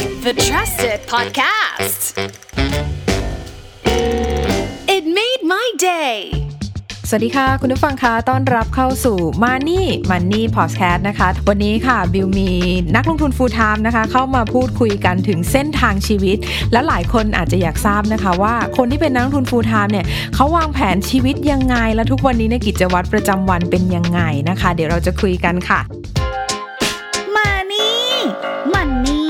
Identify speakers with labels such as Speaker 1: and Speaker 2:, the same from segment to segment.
Speaker 1: trusted podcast. It made my day.
Speaker 2: สวัสดีค่ะ คุณผู้ฟังคะต้อนรับเข้าสู่ Money Money Podcast นะคะ วันนี้ค่ะ บิวมีนักลงทุน full time นะคะ เข้ามาพูดคุยกันถึงเส้นทางชีวิต และหลายคนอาจจะอยากทราบนะคะว่าคนที่เป็นนักลงทุน full time เนี่ยเขาวางแผนชีวิตยังไง และทุกวันนี้ในยกิจวัตรประจำวันเป็นยังไงนะคะ เดี๋ยวเราจะคุยกันค่ะ
Speaker 1: มานี่ มันนี่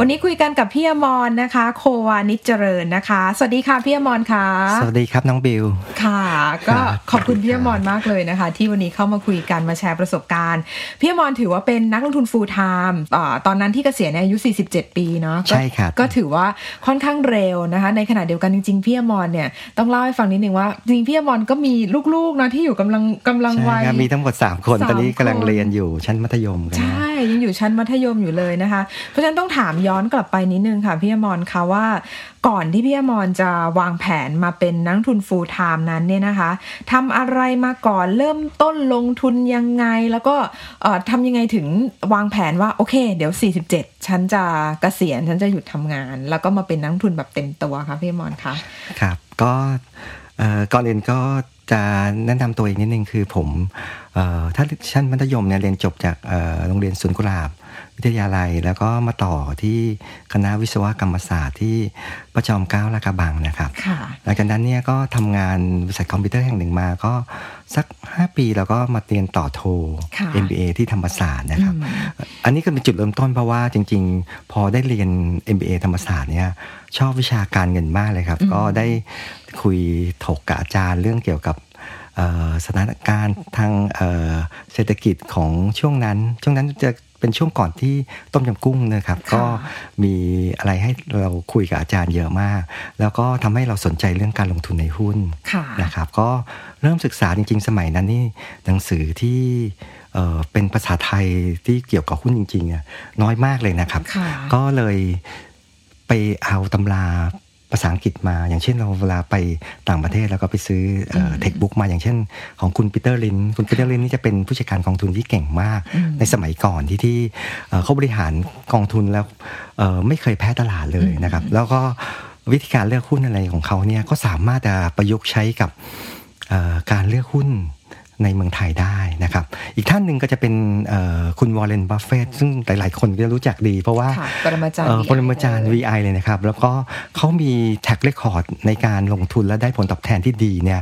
Speaker 2: วันนี้คุยกันกับพี่อมรนะคะ โควานิจเจริญนะคะ สวัสดีค่ะพี่อมรค่ะ
Speaker 3: สวัสดีครับน้องบิว
Speaker 2: ค่ะ ก็
Speaker 3: ครับ
Speaker 2: ขอบคุณพี่อมรมากเลยนะคะ ที่วันนี้เข้ามาคุยกันมาแชร์ประสบการณ์ พี่อมรถือว่าเป็นนักลงทุน full time อ่าตอนนั้นที่เกษียณเนี่ยอายุ 47 ปีเนาะก็
Speaker 3: ใช่ครับ
Speaker 2: ก็ถือว่าค่อนข้างเร็วนะคะ ในขณะเดียวกันจริงๆพี่อมรเนี่ยต้องเล่าให้ฟังนิดนึงว่าจริงๆพี่อมรก็มีลูกๆนะที่อยู่กำลังกำลัง
Speaker 3: ใช่
Speaker 2: วัย
Speaker 3: ครับมีทั้งหมด 3 คน
Speaker 2: สาม
Speaker 3: ตอนนี้กำลัง
Speaker 2: คน
Speaker 3: เรียนอยู่ชั้นมัธยมกันนะ
Speaker 2: ใช่ ยังอยู่ชั้นมัธยมอยู่เลยนะคะ เพราะฉะนั้นต้องถามย้อนกลับไปนิดนึงค่ะพี่อมรคะว่าก่อนที่พี่อมรจะวางแผนมาเป็นนักทุน full time นั้นเนี่ยนะคะทำอะไรมาก่อนเริ่มต้นลงทุนยังไง แล้วก็เอ่อทำยังไงถึงวางแผนว่า โอเค เดี๋ยว 47 ฉันจะเกษียณฉันจะหยุดทำงาน แล้วก็มาเป็นนักทุนแบบเต็มตัวค่ะพี่อมรคะ
Speaker 3: ครับ ก็เอ่อก่อนอื่นก็จะแนะนำตัวอีกนิดนึงคือผมเอ่อถ้าชั้นมัธยมเนี่ยเรียนจบจากเอ่อโรงเรียนสวนกุหลาบ วิทยาลัย แล้วก็มาต่อที่คณะวิศวกรรมศาสตร์ที่ประจอมเกล้าลาดกระบังนะครับ
Speaker 2: ค่ะ
Speaker 3: หลังจากนั้นเนี่ยก็ทำงานบริษัทคอมพิวเตอร์แห่งหนึ่งมาก็สัก 5 ปีแล้วก็มาเรียนต่อโท
Speaker 2: ค่ะ
Speaker 3: MBA ที่ธรรมศาสตร์นะครับ อันนี้ก็เป็นจุดเริ่มต้นเพราะว่าจริงๆ พอได้เรียน MBA ธรรมศาสตร์เนี่ยชอบวิชาการเงินมากเลยครับ ก็ได้คุยถกกับอาจารย์เรื่องเกี่ยวกับเอ่อสถานการณ์ทางเอ่อเศรษฐกิจของช่วงนั้น ช่วงนั้นจะเป็นช่วงก่อนที่ต้มยำกุ้งนะครับ
Speaker 2: ค่ะ
Speaker 3: ก็มีอะไรให้เราคุยกับอาจารย์เยอะมาก แล้วก็ทำให้เราสนใจเรื่องการลงทุนในหุ้น
Speaker 2: ค่ะ
Speaker 3: นะครับก็เริ่มศึกษาจริง ๆ สมัยนั้นนี่หนังสือที่เอ่อเป็นภาษาไทยที่เกี่ยวกับหุ้นจริงๆอะน้อยมากเลยนะครับ
Speaker 2: ค่ะ
Speaker 3: ก็เลยไปเอาตำราภาษาอังกฤษมา อย่างเช่นเราเวลาไปต่างประเทศแล้วก็ไปซื้อเทคบุ๊กมาอย่างเช่น ของคุณปีเตอร์ลิน คุณปีเตอร์ลินนี่จะเป็นผู้จัดการกองทุนที่เก่งมาก ในสมัยก่อนที่ที่เอ่อเขาบริหารกองทุนแล้วเอ่อไม่เคยแพ้ตลาดเลยนะครับ แล้วก็วิธีการเลือกหุ้นอะไรของเขาเนี่ยก็สามารถจะประยุกต์ใช้กับ เอ่อการเลือกหุ้นในเมืองไทยได้นะครับ อีกท่านหนึ่งก็จะเป็นเอ่อคุณวอร์เรนบัฟเฟตซึ่งหลาย ๆ คนก็รู้จักดี เพราะว่า
Speaker 2: ค่ะปรมาจารย์
Speaker 3: เอ่อ
Speaker 2: VI
Speaker 3: ปรมาจารย์ VI เลยนะครับ แล้วก็เขามีแท็กเรคคอร์ดในการลงทุนและได้ผลตอบแทนที่ดีเนี่ย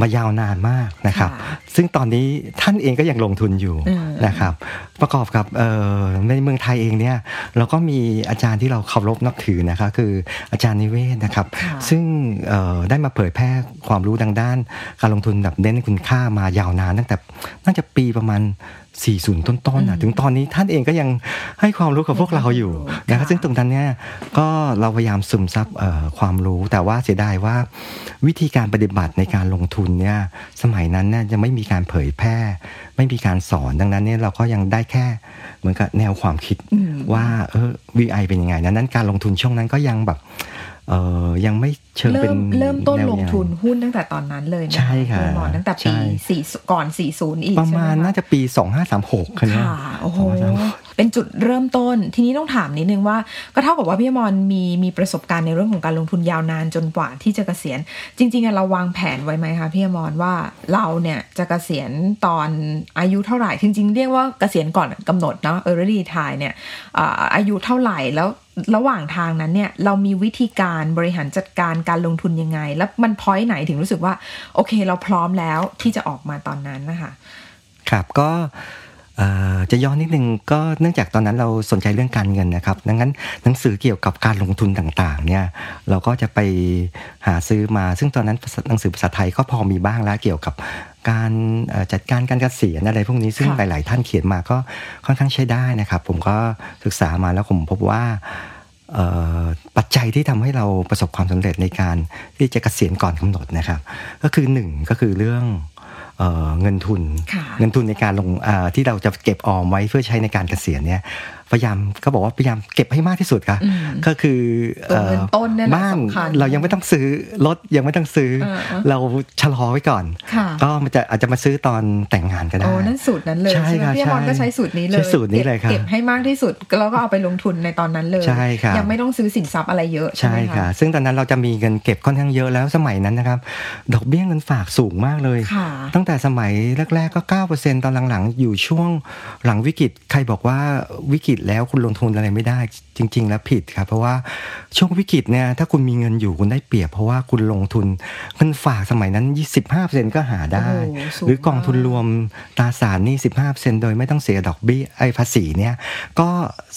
Speaker 3: มายาวนานมากนะครับ
Speaker 2: ค่ะ
Speaker 3: ซึ่งตอนนี้ท่านเองก็ยังลงทุนอยู่
Speaker 2: อืม
Speaker 3: นะครับ ประกอบกับเอ่อในเมืองไทยเองเนี่ยเราก็มีอาจารย์ที่เราเคารพนับถือนะคะคืออาจารย์นิเวศน์นะครับ
Speaker 2: ค่ะ
Speaker 3: ซึ่งเอ่อได้มาเผยแพร่ความรู้ดังด้าน การลงทุนแบบเน้นคุณค่ามายาวนานตั้งแต่น่าจะปีประมาณ 40 ต้นๆนะถึงตอนนี้ท่านเองก็ยังให้ความรู้กับพวกเราอยู่นะค
Speaker 2: ค่ะ
Speaker 3: รับซึ่งตรงนั้นเนี่ยก็เราพยายามซึมซับเอ่อความรู้ แต่ว่าเสียดายว่า วิธีการปฏิบัติในการลงทุนเนี่ยสมัยนั้นเนี่ยจะไม่มีการเผยแพร่ ไม่มีการสอนดังนั้นเนี่ยเราก็ยังได้แค่เหมือนกับแนวความคิดว่าเออ VI เป็นยังไงดังนั้นการลงทุนช่วงนั้นก็ยังแบบ เออยังไม่เชิงเป็
Speaker 2: เริ่
Speaker 3: น
Speaker 2: มเริ่มต้น
Speaker 3: แว
Speaker 2: ลง
Speaker 3: แว
Speaker 2: ทุนหุ้นตั้งแต่ตอนนั้นเลยน
Speaker 3: ใช่ค่ะ
Speaker 2: พี่อมรตั้งแต่
Speaker 3: ใช่
Speaker 2: ปีสี่ก่อน 40 อีก
Speaker 3: ประมาณ
Speaker 2: ใช่ไหค
Speaker 3: น่าจะปี 2536คันนี้
Speaker 2: ค่ะ โอ้โห
Speaker 3: 2536
Speaker 2: เป็นจุดเริ่มต้น ทีนี้ต้องถามนิดนึงว่า ก็เท่ากับว่าพี่อมรมีมีประสบการณ์ในเรื่องของการลงทุนยาวนานจนกว่าที่จะเกษียณ จริงๆอะเราวางแผนไว้ไหมคะพี่อมรว่าเราเนี่ยจะเกษียณตอนอายุเท่าไหร่ จริง ๆ เรียกว่าเกษียณก่อนกำหนดเนาะ early retire เนี่ยเอ่ออายุเท่าไหร่แล้วระหว่างทางนั้นเนี่ยเรามีวิธีการบริหารจัดการการลงทุนยังไง แล้วมันพอยต์ไหนถึงรู้สึกว่าโอเคเราพร้อมแล้วที่จะออกมาตอนนั้นนะคะ
Speaker 3: ครับก็เอ่อจะย้อนนิดนึงก็เนื่องจากตอนนั้นเราสนใจเรื่องการเงินนะครับ ดังนั้นหนังสือเกี่ยวกับการลงทุนต่างๆเนี่ยเราก็จะไปหาซื้อมา ซึ่งตอนนั้นภาษาหนังสือภาษาไทยก็พอมีบ้างแล้วเกี่ยวกับการเอ่อจัดการการเกษียณอะไรพวกนี้ซึ่ง
Speaker 2: ค่ะ
Speaker 3: หลายๆ ท่านเขียนมาก็ค่อนข้างใช้ได้นะครับ ผมก็ศึกษามาแล้วผมพบว่าเอ่อปัจจัยที่ทำให้เราประสบความสำเร็จในการที่จะเกษียณก่อนกำหนดนะครับ ก็คือหนึ่งก็คือเรื่อง เ เอ่อเงินทุน
Speaker 2: ค่ะ
Speaker 3: เงินทุนในการลงอ่าที่เราจะเก็บออมไว้เพื่อใช้ในการเกษียณเนี่ยพยายามก็บอกว่าพยายามเก็บให้มากที่สุดค่ะ
Speaker 2: อืม
Speaker 3: ก็คือ
Speaker 2: ตัวเงินต้นเนี่ยแหละ
Speaker 3: บ้าน
Speaker 2: สำคัญ
Speaker 3: เรายังไม่ต้องซื้อรถยังไม่ต้องซื้อ
Speaker 2: เออเออ
Speaker 3: เราชะลอไว้ก่อน
Speaker 2: ค่ะ
Speaker 3: ก็มันจะอาจจะมาซื้อตอนแต่งงานก็ได้
Speaker 2: โอ้นั่นสูตรนั้นเลย
Speaker 3: ใช่
Speaker 2: ใช่ไหม
Speaker 3: ค่ะ
Speaker 2: พี่บอล
Speaker 3: ใช่
Speaker 2: ก็ใช้สูตรนี้เลย
Speaker 3: ใช้สูตรนี้เลยครับ
Speaker 2: เก็บให้มากที่สุดแล้วก็เอาไปลงทุนในตอนนั้นเลย
Speaker 3: ใช่ครับ
Speaker 2: ยังไม่ต้องซื้อสินทรัพย์อะไรเยอะใช่
Speaker 3: ใช่
Speaker 2: ไหม
Speaker 3: ค่ะ
Speaker 2: คะ
Speaker 3: ซึ่งตอนนั้นเราจะมีเงินเก็บค่อนข้างเยอะแล้วสมัยนั้นนะครับ ดอกเบี้ยเงินฝากสูงมากเลย
Speaker 2: ค่ะ
Speaker 3: ตั้งแต่สมัยแรก ๆ ก็ 9%ตอนหลัง ๆ อยู่ช่วงหลังวิกฤตใครบอกว่าวิกฤตแล้วคุณลงทุนอะไรไม่ได้จริง ๆ แล้วผิดครับ เพราะว่าช่วงวิกฤตเนี่ยถ้าคุณมีเงินอยู่คุณได้เปรียบ เพราะว่าคุณลงทุนเงินฝากสมัยนั้น 25%ก็หาได้
Speaker 2: โอ้โหสูง
Speaker 3: หรือกองทุนรวมตราสารหนี่15%โดยไม่ต้องเสียดอกเบี้ยไอ้ภาษีเนี่ยก็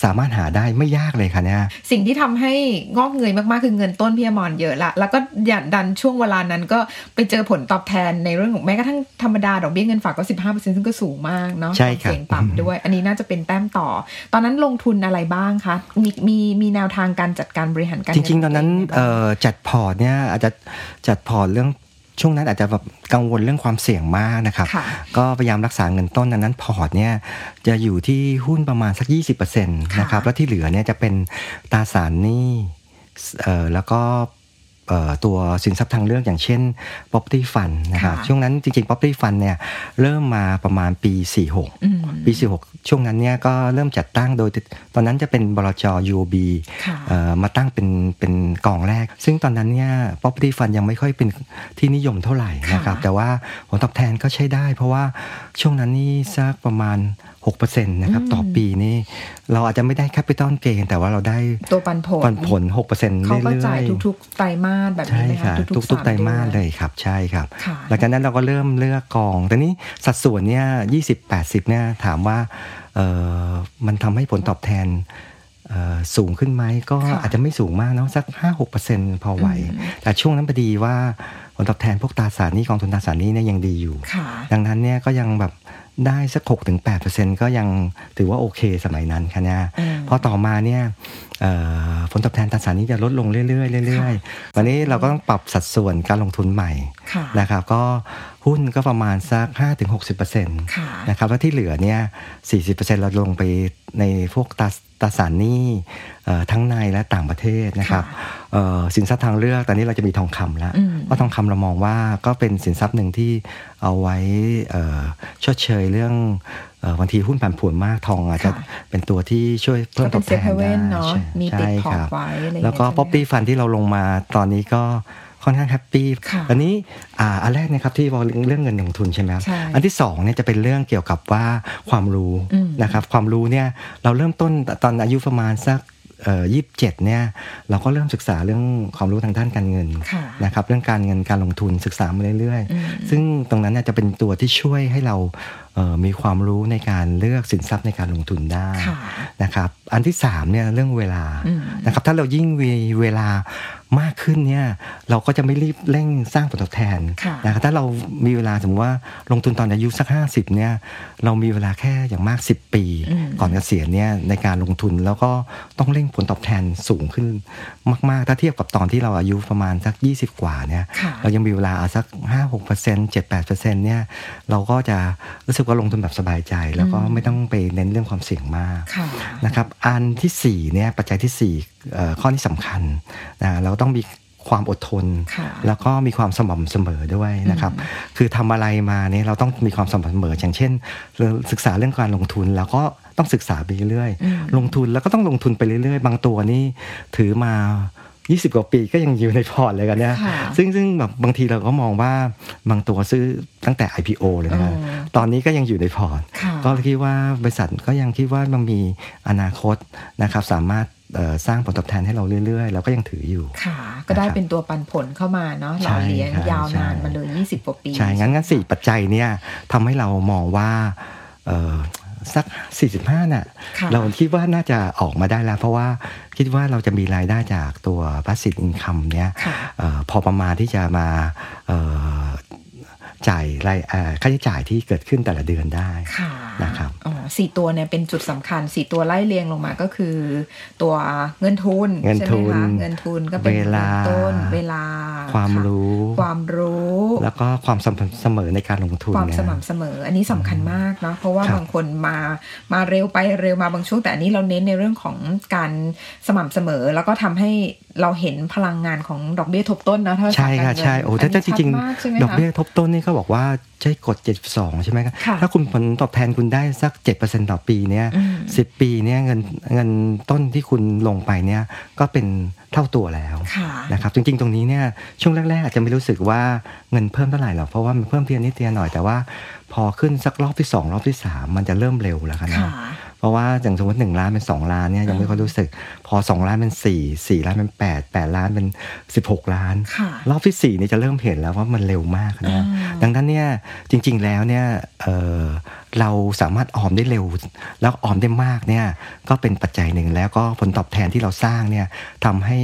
Speaker 3: สามารถหาได้ไม่ยากเลยค่ะเนี่ย
Speaker 2: สิ่งที่ทำให้งอกเงยมากๆ คือเงินต้นพี่อมรเยอะละ แล้วก็อย่าดันช่วงเวลานั้นก็ไปเจอผลตอบแทนในเรื่องของแม้กระทั่งธรรมดาดอกเบี้ยเงินฝากก็ 15%ซึ่งก็สูงมากเนาะ
Speaker 3: ใช่ครับ
Speaker 2: เสี่ยงต่ำด้วย อันนี้น่าจะเป็นแต้มต่อ ตอนนั้นลงทุนอะไรบ้างคะ มีมีมีแนวทางการจัดการบริหารการ
Speaker 3: จ
Speaker 2: เงิ
Speaker 3: ริงๆ ตอนนั้น
Speaker 2: ยัไบ้าง
Speaker 3: เอ่อจัดพอร์ตเนี่ยอาจจะจัดพอร์ตเรื่องช่วงนั้นอาจจะแบบกังวลเรื่องความเสี่ยงมากนะครับ
Speaker 2: ค่ะ
Speaker 3: ก็พยายามรักษาเงินต้นดังนั้นพอร์ตเนี่ยจะอยู่ที่หุ้นประมาณสัก 20%นะครับ
Speaker 2: ค่ะ
Speaker 3: แล้วที่เหลือเนี่ยจะเป็นตราสารหนี้เอ่อแล้วก็เอ่อตัวสินทรัพย์ทางเลือกอย่างเช่น property fund นะครับ
Speaker 2: ค่ะ
Speaker 3: ช่วงนั้นจริงๆ property fund เนี่ยเริ่มมาประมาณปี 46
Speaker 2: อืม
Speaker 3: ปี 46 ช่วงนั้นเนี่ยก็เริ่มจัดตั้งโดย ตอนนั้นจะเป็นบลจ UOB
Speaker 2: ค่ะ
Speaker 3: เอ่อมาตั้งเป็นเป็นกองแรก ซึ่งตอนนั้นเนี่ย property fund ยังไม่ค่อยเป็นที่นิยมเท่าไหร่นะครับ
Speaker 2: ค่ะ
Speaker 3: แต่ว่าผลตอบแทนก็ใช้ได้ เพราะว่าช่วงนั้นนี่สักประมาณ 6%นะครับต่อปีนี่เราอาจจะไม่ได้ capital gain แต่ว่าเราได้
Speaker 2: ตัวปันผล
Speaker 3: ปันผล 6%เรื่
Speaker 2: เขา
Speaker 3: อยๆ
Speaker 2: ก็จ่ายทุกๆไตรมาสแบบ
Speaker 3: ใช่
Speaker 2: นี้ไหม
Speaker 3: ค่ะ
Speaker 2: คะ
Speaker 3: ทุก
Speaker 2: ๆ
Speaker 3: ๆไตรมาส
Speaker 2: ดือน
Speaker 3: เลยครับใช่ครับ
Speaker 2: ค่ะ
Speaker 3: หลังจากนั้นเราก็เริ่มเลือกกองแต่นี้สัดส่วนเนี่ยยี่สิบแปดสิบเนี่ยถามว่าเออมันทำให้ผลตอบแทนเอ่อสูงขึ้นไหมก็
Speaker 2: ค่ะ
Speaker 3: อาจจะไม่สูงมากเนาะสัก 5-6%พอไหว
Speaker 2: อืม
Speaker 3: แต่ช่วงนั้นพอดีว่าผลตอบแทนพวกตราสารหนี้กองทุนตราสารหนี้เนี่ยยังดีอยู่
Speaker 2: ค่ะ
Speaker 3: ดังนั้นเนี่ยก็ยังแบบได้สัก 6-8%ก็ยังถือว่าโอเคสมัยนั้นค่ะเนี่ย
Speaker 2: อืม
Speaker 3: พอต่อมาเนี่ยเอ่อผลตอบแทนตราสารหนี้จะลดลงเรื่อยๆเรื่อยๆวันนี้เราก็ต้องปรับสัดส่วนการลงทุนใหม่
Speaker 2: ค่ะ
Speaker 3: นะครับ ก็หุ้นก็ประมาณสัก 5-60%น
Speaker 2: ค่ะ
Speaker 3: ะครับแล้วที่เหลือเนี่ย 40%เราลงไปในพวกตราตราสารหนี้เอ่อทั้งในและต่างประเทศนะครับ
Speaker 2: ค่ะ
Speaker 3: เอ่อสินทรัพย์ทางเลือกตอนนี้เราจะมีทองคำแล้ว
Speaker 2: อืม
Speaker 3: เพราะทองคำเรามองว่าก็เป็นสินทรัพย์หนึ่งที่เอาไว้เอ่อชดเชยเรื่องเอ่อบางทีหุ้นผันผวนมากทองอาจจะ
Speaker 2: ค่ะ
Speaker 3: เป็นตัวที่ช่วยเพิ่มตอบแทน
Speaker 2: ก็เป็
Speaker 3: ได้
Speaker 2: น safe haven เนาะ
Speaker 3: ใช่
Speaker 2: มีติด
Speaker 3: ใช่
Speaker 2: พอร์ต
Speaker 3: ครับ
Speaker 2: ไว้อะไรอย่างเงี้ย
Speaker 3: แล้วก็
Speaker 2: ใช่ไหม
Speaker 3: ป๊อปปี้
Speaker 2: คะ
Speaker 3: ฟันที่เราลงมาตอนนี้ก็ค่อนข้างแฮปปี้
Speaker 2: ค่ะ
Speaker 3: อันนี้อ่าอันแรกนะครับที่บอกเรื่องเงินลงทุนใช่ไหมครับ
Speaker 2: ใช่
Speaker 3: อันที่สองเนี่ยจะเป็นเรื่องเกี่ยวกับว่าความรู้
Speaker 2: อืม
Speaker 3: นะครับความรู้เนี่ยเราเริ่มต้นตอนอายุประมาณสักยี่สิบเจ็ดเนี่ยเราก็เริ่มศึกษาเรื่องความรู้ทางด้านการเงิน
Speaker 2: ค่ะ
Speaker 3: นะครับเรื่องการเงินการลงทุนศึกษามาเรื่อย
Speaker 2: อืม
Speaker 3: ๆ ซึ่งตรงนั้นน่ะจะเป็นตัวที่ช่วยให้เราเอ่อมีความรู้ในการเลือกสินทรัพย์ในการลงทุนได้
Speaker 2: ค่ะ
Speaker 3: นะครับอันที่สามเนี่ยเรื่องเวลา
Speaker 2: อืม
Speaker 3: นะครับถ้าเรายิ่งมีเวลามากขึ้นเนี่ยเราก็จะไม่รีบเร่งสร้างผลตอบแทน
Speaker 2: ค่ะ
Speaker 3: นะครับถ้าเรามีเวลาสมมติว่าลงทุนตอนอายุสัก 50เนี่ยเรามีเวลาแค่อย่างมาก 10 ปี
Speaker 2: อืม
Speaker 3: ก่อนเกษียณเนี่ยในการลงทุนแล้วก็ต้องเร่งผลตอบแทนสูงขึ้นมาก ๆ ถ้าเทียบกับตอนที่เราอายุประมาณสัก 20 กว่าเนี่ย
Speaker 2: ค่ะ
Speaker 3: เรายังมีเวลาสัก 5 6 7 8เนี่ยเราก็จะรู้สึกว่าลงทุนแบบสบายใจ แล้วก็
Speaker 2: อืม
Speaker 3: ไม่ต้องไปเน้นเรื่องความเสี่ยงมาก
Speaker 2: ค่ะ
Speaker 3: นะครับอันทีสี่4เนี่ยปัจจัยทีสี่4เอ่อข้อที่สำคัญนะเราต้องมีความอดทน
Speaker 2: ค่ะ
Speaker 3: แล้วก็มีความสม่ำเสมอด้วยนะครับ คือทำอะไรมาเนี่ยเราต้องมีความสม่ำเสมอ อย่างเช่นเราศึกษาเรื่องการลงทุนแล้วก็ต้องศึกษาไปเรื่อย
Speaker 2: อืม
Speaker 3: ลงทุนแล้วก็ต้องลงทุนไปเรื่อย ๆ บางตัวนี่ถือมา 20 กว่าปีก็ยังอยู่ในพอร์ตเลยกันเนี่ย
Speaker 2: ค่ะ
Speaker 3: ซึ่งซึ่งแบบบางทีเราก็มองว่าบางตัวซื้อตั้งแต่ IPO เลยนะครับ
Speaker 2: อ๋อ
Speaker 3: ตอนนี้ก็ยังอยู่ในพอร์ต
Speaker 2: ค่ะ
Speaker 3: ก็คิดว่าบริษัทก็ยังคิดว่ามันมีอนาคตนะครับ สามารถเอ่อสร้างผลตอบแทนให้เราเรื่อยๆ เราก็ยังถืออยู่
Speaker 2: ค่ะ ก็ได้
Speaker 3: นะครับ
Speaker 2: เป็นตัวปันผลเข้ามาเนาะหล่
Speaker 3: ใช่
Speaker 2: อเลี้ยง
Speaker 3: ครับ
Speaker 2: ยาว
Speaker 3: ใช่
Speaker 2: นานมาเลย 20กว่าปี
Speaker 3: ใช่ งั้นงั้นสี่ปัจจัยเนี่ยทำให้เรามองว่าเอ่อสัก 45 น่ะ
Speaker 2: ค่ะ
Speaker 3: เราคิดว่าน่าจะออกมาได้แล้ว เพราะว่าคิดว่าเราจะมีรายได้จากตัว passive income เนี่ย
Speaker 2: ค่ะ
Speaker 3: เอ่อพอประมาณที่จะมาเอ่อจ่ายรายเอ่อค่าใช้จ่ายที่เกิดขึ้นแต่ละเดือนได้
Speaker 2: ค่ะ
Speaker 3: นะครับ
Speaker 2: อ๋อสี่ตัวเนี่ยเป็นจุดสำคัญสี่ตัวไล่เรียงลงมาก็คือ ตัวเงินทุน
Speaker 3: เงินทุน
Speaker 2: ใช่ไหมคะเงินทุนก็เป็น
Speaker 3: เวลา
Speaker 2: ต้นเวลา
Speaker 3: ความ
Speaker 2: ะ
Speaker 3: รู้
Speaker 2: ความรู้
Speaker 3: แล้วก็ความสม่ำเสมอในการลงทุน
Speaker 2: ความ
Speaker 3: เนี่ย
Speaker 2: สม่ำเสมอ อันนี้สำคัญมากเนาะเพราะว่า
Speaker 3: ครับ
Speaker 2: บางคนมามาเร็วไปเร็วมาบางช่วงแต่อันนี้เราเน้นในเรื่องของการสม่ำเสมอ แล้วก็ทำให้เราเห็นพลังงานของดอกเบี้ยทบต้นนะถ้า
Speaker 3: ใช่ค่ะใช่โอ้ถ้าจริง
Speaker 2: ๆ
Speaker 3: ๆดอกเบี้ยทบต้นนี่เขาบอกว่าใช้กฎ 72 ใช่ไหมครับ
Speaker 2: ค่ะ
Speaker 3: ถ้าคุณผลตอบแทนคุณได้สัก 7%ต่อปีเนี่ยสิบปีเนี่ยเงินเงินต้นที่คุณลงไปเนี่ยก็เป็นเท่าตัวแล้ว
Speaker 2: ค่ะ
Speaker 3: นะครับจริงๆ ตรงนี้เนี่ยช่วงแรกๆ อาจจะไม่รู้สึกว่าเงินเพิ่มเท่าไหร่หรอกเพราะว่ามันเพิ่มเพียงนิดเดียวหน่อยแต่ว่าพอขึ้นสักรอบที่ 2 รอบที่ 3 มันจะเริ่มเร็วแล้วกันนะ
Speaker 2: ค่ะ
Speaker 3: เพราะว่าอย่างสมมติ1ล้านเป็น 2 ล้านเนี่ยยังไม่ค่อยรู้สึก พอ 2 ล้านเป็น 4 4 ล้านเป็น 8 8 ล้านเป็น 16 ล้าน
Speaker 2: ค่ะ
Speaker 3: รอบที่4เนี่ยจะเริ่มเห็นแล้วว่ามันเร็วมาก
Speaker 2: อ่า
Speaker 3: นะดังนั้นเนี่ยจริงๆแล้วเนี่ยเอ่อเราสามารถออมได้เร็ว แล้วออมได้มากเนี่ยก็เป็นปัจจัยหนึ่งแล้วก็ผลตอบแทนที่เราสร้างเนี่ยทำให้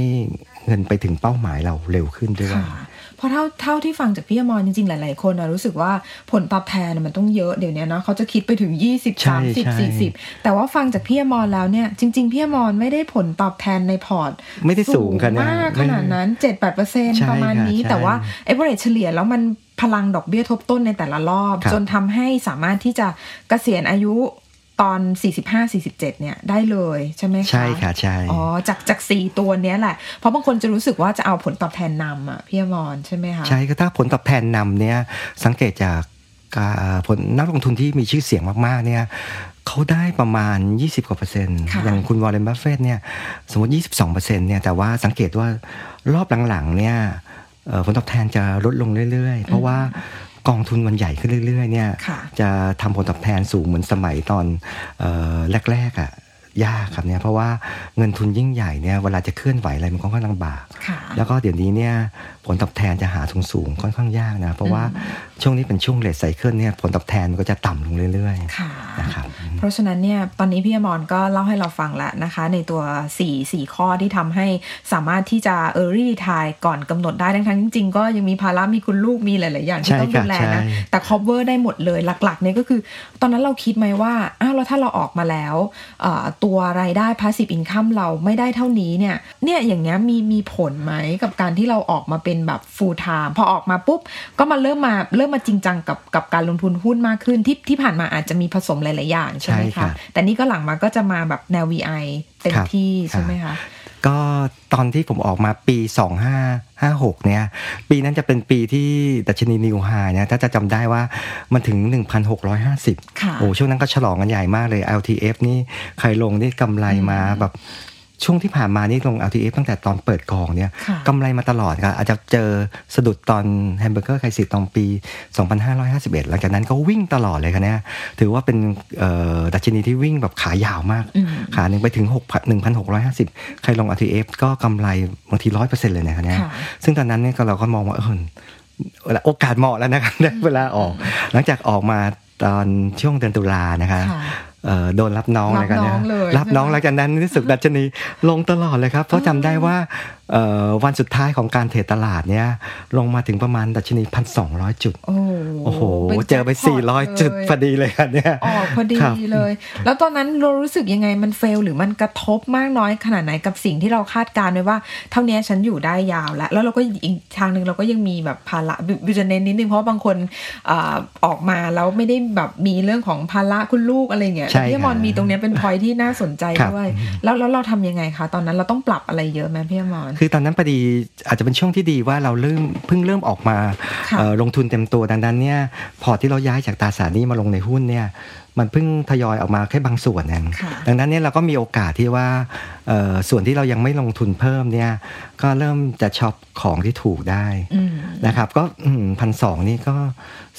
Speaker 3: เงินไปถึงเป้าหมายเราเร็วขึ้นด้วย
Speaker 2: ค่ะเพราะเท่าเท่าที่ฟังจากพี่อมรจริงๆ หลายๆ คนนะรู้สึกว่าผลตอบแทนน่ะมันต้องเยอะเดี๋ยวนี้เนาะเขาจะคิดไปถึง 20 30 40 แต่ว่าฟังจากพี่อมรแล้วเนี่ยจริง ๆ พี่อมรไม่ได้ผลตอบแทนในพอร์ต
Speaker 3: ไม่ได้สูงขนาด
Speaker 2: มากขนาดนั้น 7 8เปอร์เซ็น
Speaker 3: ใช่
Speaker 2: ประมาณนี้
Speaker 3: ค่ะ
Speaker 2: แต่ว่า
Speaker 3: ใช่
Speaker 2: a v e r a g e เฉลี่ยแล้วมันพลังดอกเบี้ยทบต้นในแต่ละรอบ
Speaker 3: ครับ
Speaker 2: จนทำให้สามารถที่จะเกษียณอายุตอน 45-47 เนี่ยได้เลยใช่ไหมคะ
Speaker 3: ใช่ค่ะใช่
Speaker 2: อ๋อจากจากสี่ตัวเนี้ยแหละ เพราะบางคนจะรู้สึกว่าจะเอาผลตอบแทนนำอ่ะพี่อมรใช่ไหมคะ
Speaker 3: ใช่ก็ถ้าผลตอบแทนนำเนี่ยสังเกตจากอ่าผลนักลงทุนที่มีชื่อเสียงมากๆเนี่ยเขาได้ประมาณ 20กว่าเปอร์เซ็นต์
Speaker 2: ะ
Speaker 3: อย่างคุณวอร์เรนบัฟเฟตเนี่ยสมมติ 22เปอร์เซ็นต์เนี่ยแต่ว่าสังเกตว่ารอบหลังๆเนี่ยเอ่อผลตอบแทนจะลดลงเรื่อยๆ เพราะว่ากองทุนมันใหญ่ขึ้นเรื่อยๆเนี่ย
Speaker 2: ค่ะ
Speaker 3: จะทำผลตอบแทนสูงเหมือนสมัยตอนเอ่อแรกๆอะ่ะยากครับเนี่ยเพราะว่าเงินทุนยิ่งใหญ่เนี่ยเวลาจะเคลื่อนไหวอะไรมันก็ค่อนข้างลำบาก
Speaker 2: ค่ะ
Speaker 3: แล้วก็เดี๋ยวนี้เนี่ยผลตอบแทนจะหาสูงสูงๆค่อนข้างยากนะ เพราะว่าช่วงนี้เป็นช่วงเลทไซเคิลเนี่ยผลตอบแทนมันก็จะต่ำลงเรื่อย
Speaker 2: ค่ะ
Speaker 3: ๆนะครับ
Speaker 2: เพราะฉะนั้นเนี่ยตอนนี้พี่อมรก็เล่าให้เราฟังแล้วนะคะ ในตัว 4 4 ข้อที่ทำให้สามารถที่จะ early retire ก่อนกำหนดได้ทั้งทั้งๆจริงๆก็ยังมีภาระมีคุณลูกมีหลาย ๆ อย่างที่ต้อง
Speaker 3: ใช่
Speaker 2: ดู
Speaker 3: ค่ะ
Speaker 2: แลนะ
Speaker 3: ใช่
Speaker 2: แต่ cover ได้หมดเลยหลัก ๆ เนี่ยก็คือ ตอนนั้นเราคิดไหมว่าอ้าวแล้วถ้าเราออกมาแล้วเอ่อตัวรายได้ passive income เราไม่ได้เท่านี้เนี่ยเนี่ยอย่างเงี้ยมีมีผลไหมกับการที่เราออกมาเป็นแบบ full time พอออกมาปุ๊บ ก็มาเริ่มมาเริ่มมาจริงจังกับกับการลงทุนหุ้นมากขึ้นที่ที่ผ่านมาอาจจะมีผสมหลาย ๆ อย่าง ใช่ไหม
Speaker 3: ใช่
Speaker 2: คะ
Speaker 3: ค่ะ
Speaker 2: แต่นี่ก็หลังมาก็จะมาแบบแนว VI เต็ม
Speaker 3: ครับ
Speaker 2: ที่
Speaker 3: ค่ะ
Speaker 2: ใช่ไหมคะ
Speaker 3: ก็ตอนที่ผมออกมาปี 2556 เนี่ย ปีนั้นจะเป็นปีที่ดัชนีนิวไฮนะถ้าจะจำได้ว่ามันถึง
Speaker 2: ค่ะ
Speaker 3: 1,650 โอ้ช่วงนั้นก็ฉลองกันใหญ่มากเลย LTF นี่ใครลงนี่กำไรมาแบบช่วงที่ผ่านมานี่ลง LTF ตั้งแต่ตอนเปิดกองเนี่ย
Speaker 2: ค่ะ
Speaker 3: กำไรมาตลอดครับอาจจะเจอสะดุดตอนแฮมเบอร์เกอร์ไคสิตอนปี 2551 หลังจากนั้นก็วิ่งตลอดเลยครับเนี่ยถือว่าเป็นเอ่อดัชนีที่วิ่งแบบขายาวมาก
Speaker 2: อืม
Speaker 3: ขาหนึ่งไปถึง6 1,650 ใครลง RTF ก็กำไรบางที 100%เลยนะครับเนี่ย
Speaker 2: ค่ะ
Speaker 3: ซึ่งตอนนั้นเนี่ยก็เราก็มองว่าเออโอกาสเหมาะแล้วนะครับ ได้เวลาออก หลังจากออกมาตอนช่วงเดือนตุลานะคะ
Speaker 2: ค่ะ
Speaker 3: เอ่อโดนรับน้อง
Speaker 2: รับ
Speaker 3: กั
Speaker 2: น้องเลย
Speaker 3: รับน้อง
Speaker 2: ใช่ไหม
Speaker 3: หลังจากนั้นรู้สึกดัชนีลงตลอดเลยครับ เพราะจำได้ว่าเอ่อวันสุดท้ายของการเทรดตลาดเนี่ยลงมาถึงประมาณดัชนี 1,200 จุด โอ้โห
Speaker 2: ป็น
Speaker 3: เจอไป
Speaker 2: แจ็คพตเลย
Speaker 3: 400 จุดพอดีเลยครับเนี่ย
Speaker 2: ออกพอดี
Speaker 3: ครับ
Speaker 2: เลย แล้วตอนนั้นเรารู้สึกยังไงมันเฟลหรือมันกระทบมากน้อยขนาดไหนกับสิ่งที่เราคาดการณ์ไว้ว่า เท่านี้ฉันอยู่ได้ยาวแล้ว แล้วเราก็อีกทางหนึ่งเราก็ยังมีแบบภาระบิบิวจะเน้นนิดนึงเพราะว่าบางคนเอ่อออกมาแล้วไม่ได้แบบมีเรื่องของภาระคุณลูกอะไรเงี้ย
Speaker 3: ใช่
Speaker 2: พี่อมอน
Speaker 3: ค่ะ
Speaker 2: มีตรงเนี้ยเป็นพอยที่น่าสนใจ
Speaker 3: ครับ
Speaker 2: ด้วย แล้วแล้วเราทำยังไงคะตอนนั้นเราต้องปรับอะไรเยอะไหมพี่อมอน
Speaker 3: คือตอนนั้นพอดีอาจจะเป็นช่วงที่ดีว่าเราเริ่มเพิ่งเริ่มออกมา
Speaker 2: ค่ะ
Speaker 3: เอ่อลงทุนเต็มตัวดังนั้นเนี่ยพอร์ตที่เราย้ายจากตราสารหนี้มาลงในหุ้นเนี่ยมันเพิ่งทยอยออกมาแค่บางส่วนเอง
Speaker 2: ค่ะ
Speaker 3: ดังนั้นเนี่ยเราก็มีโอกาสที่ว่าเอ่อส่วนที่เรายังไม่ลงทุนเพิ่มเนี่ยก็เริ่มจะช็อปของที่ถูกได้
Speaker 2: อืม
Speaker 3: นะครับก็พันสองนี่ก็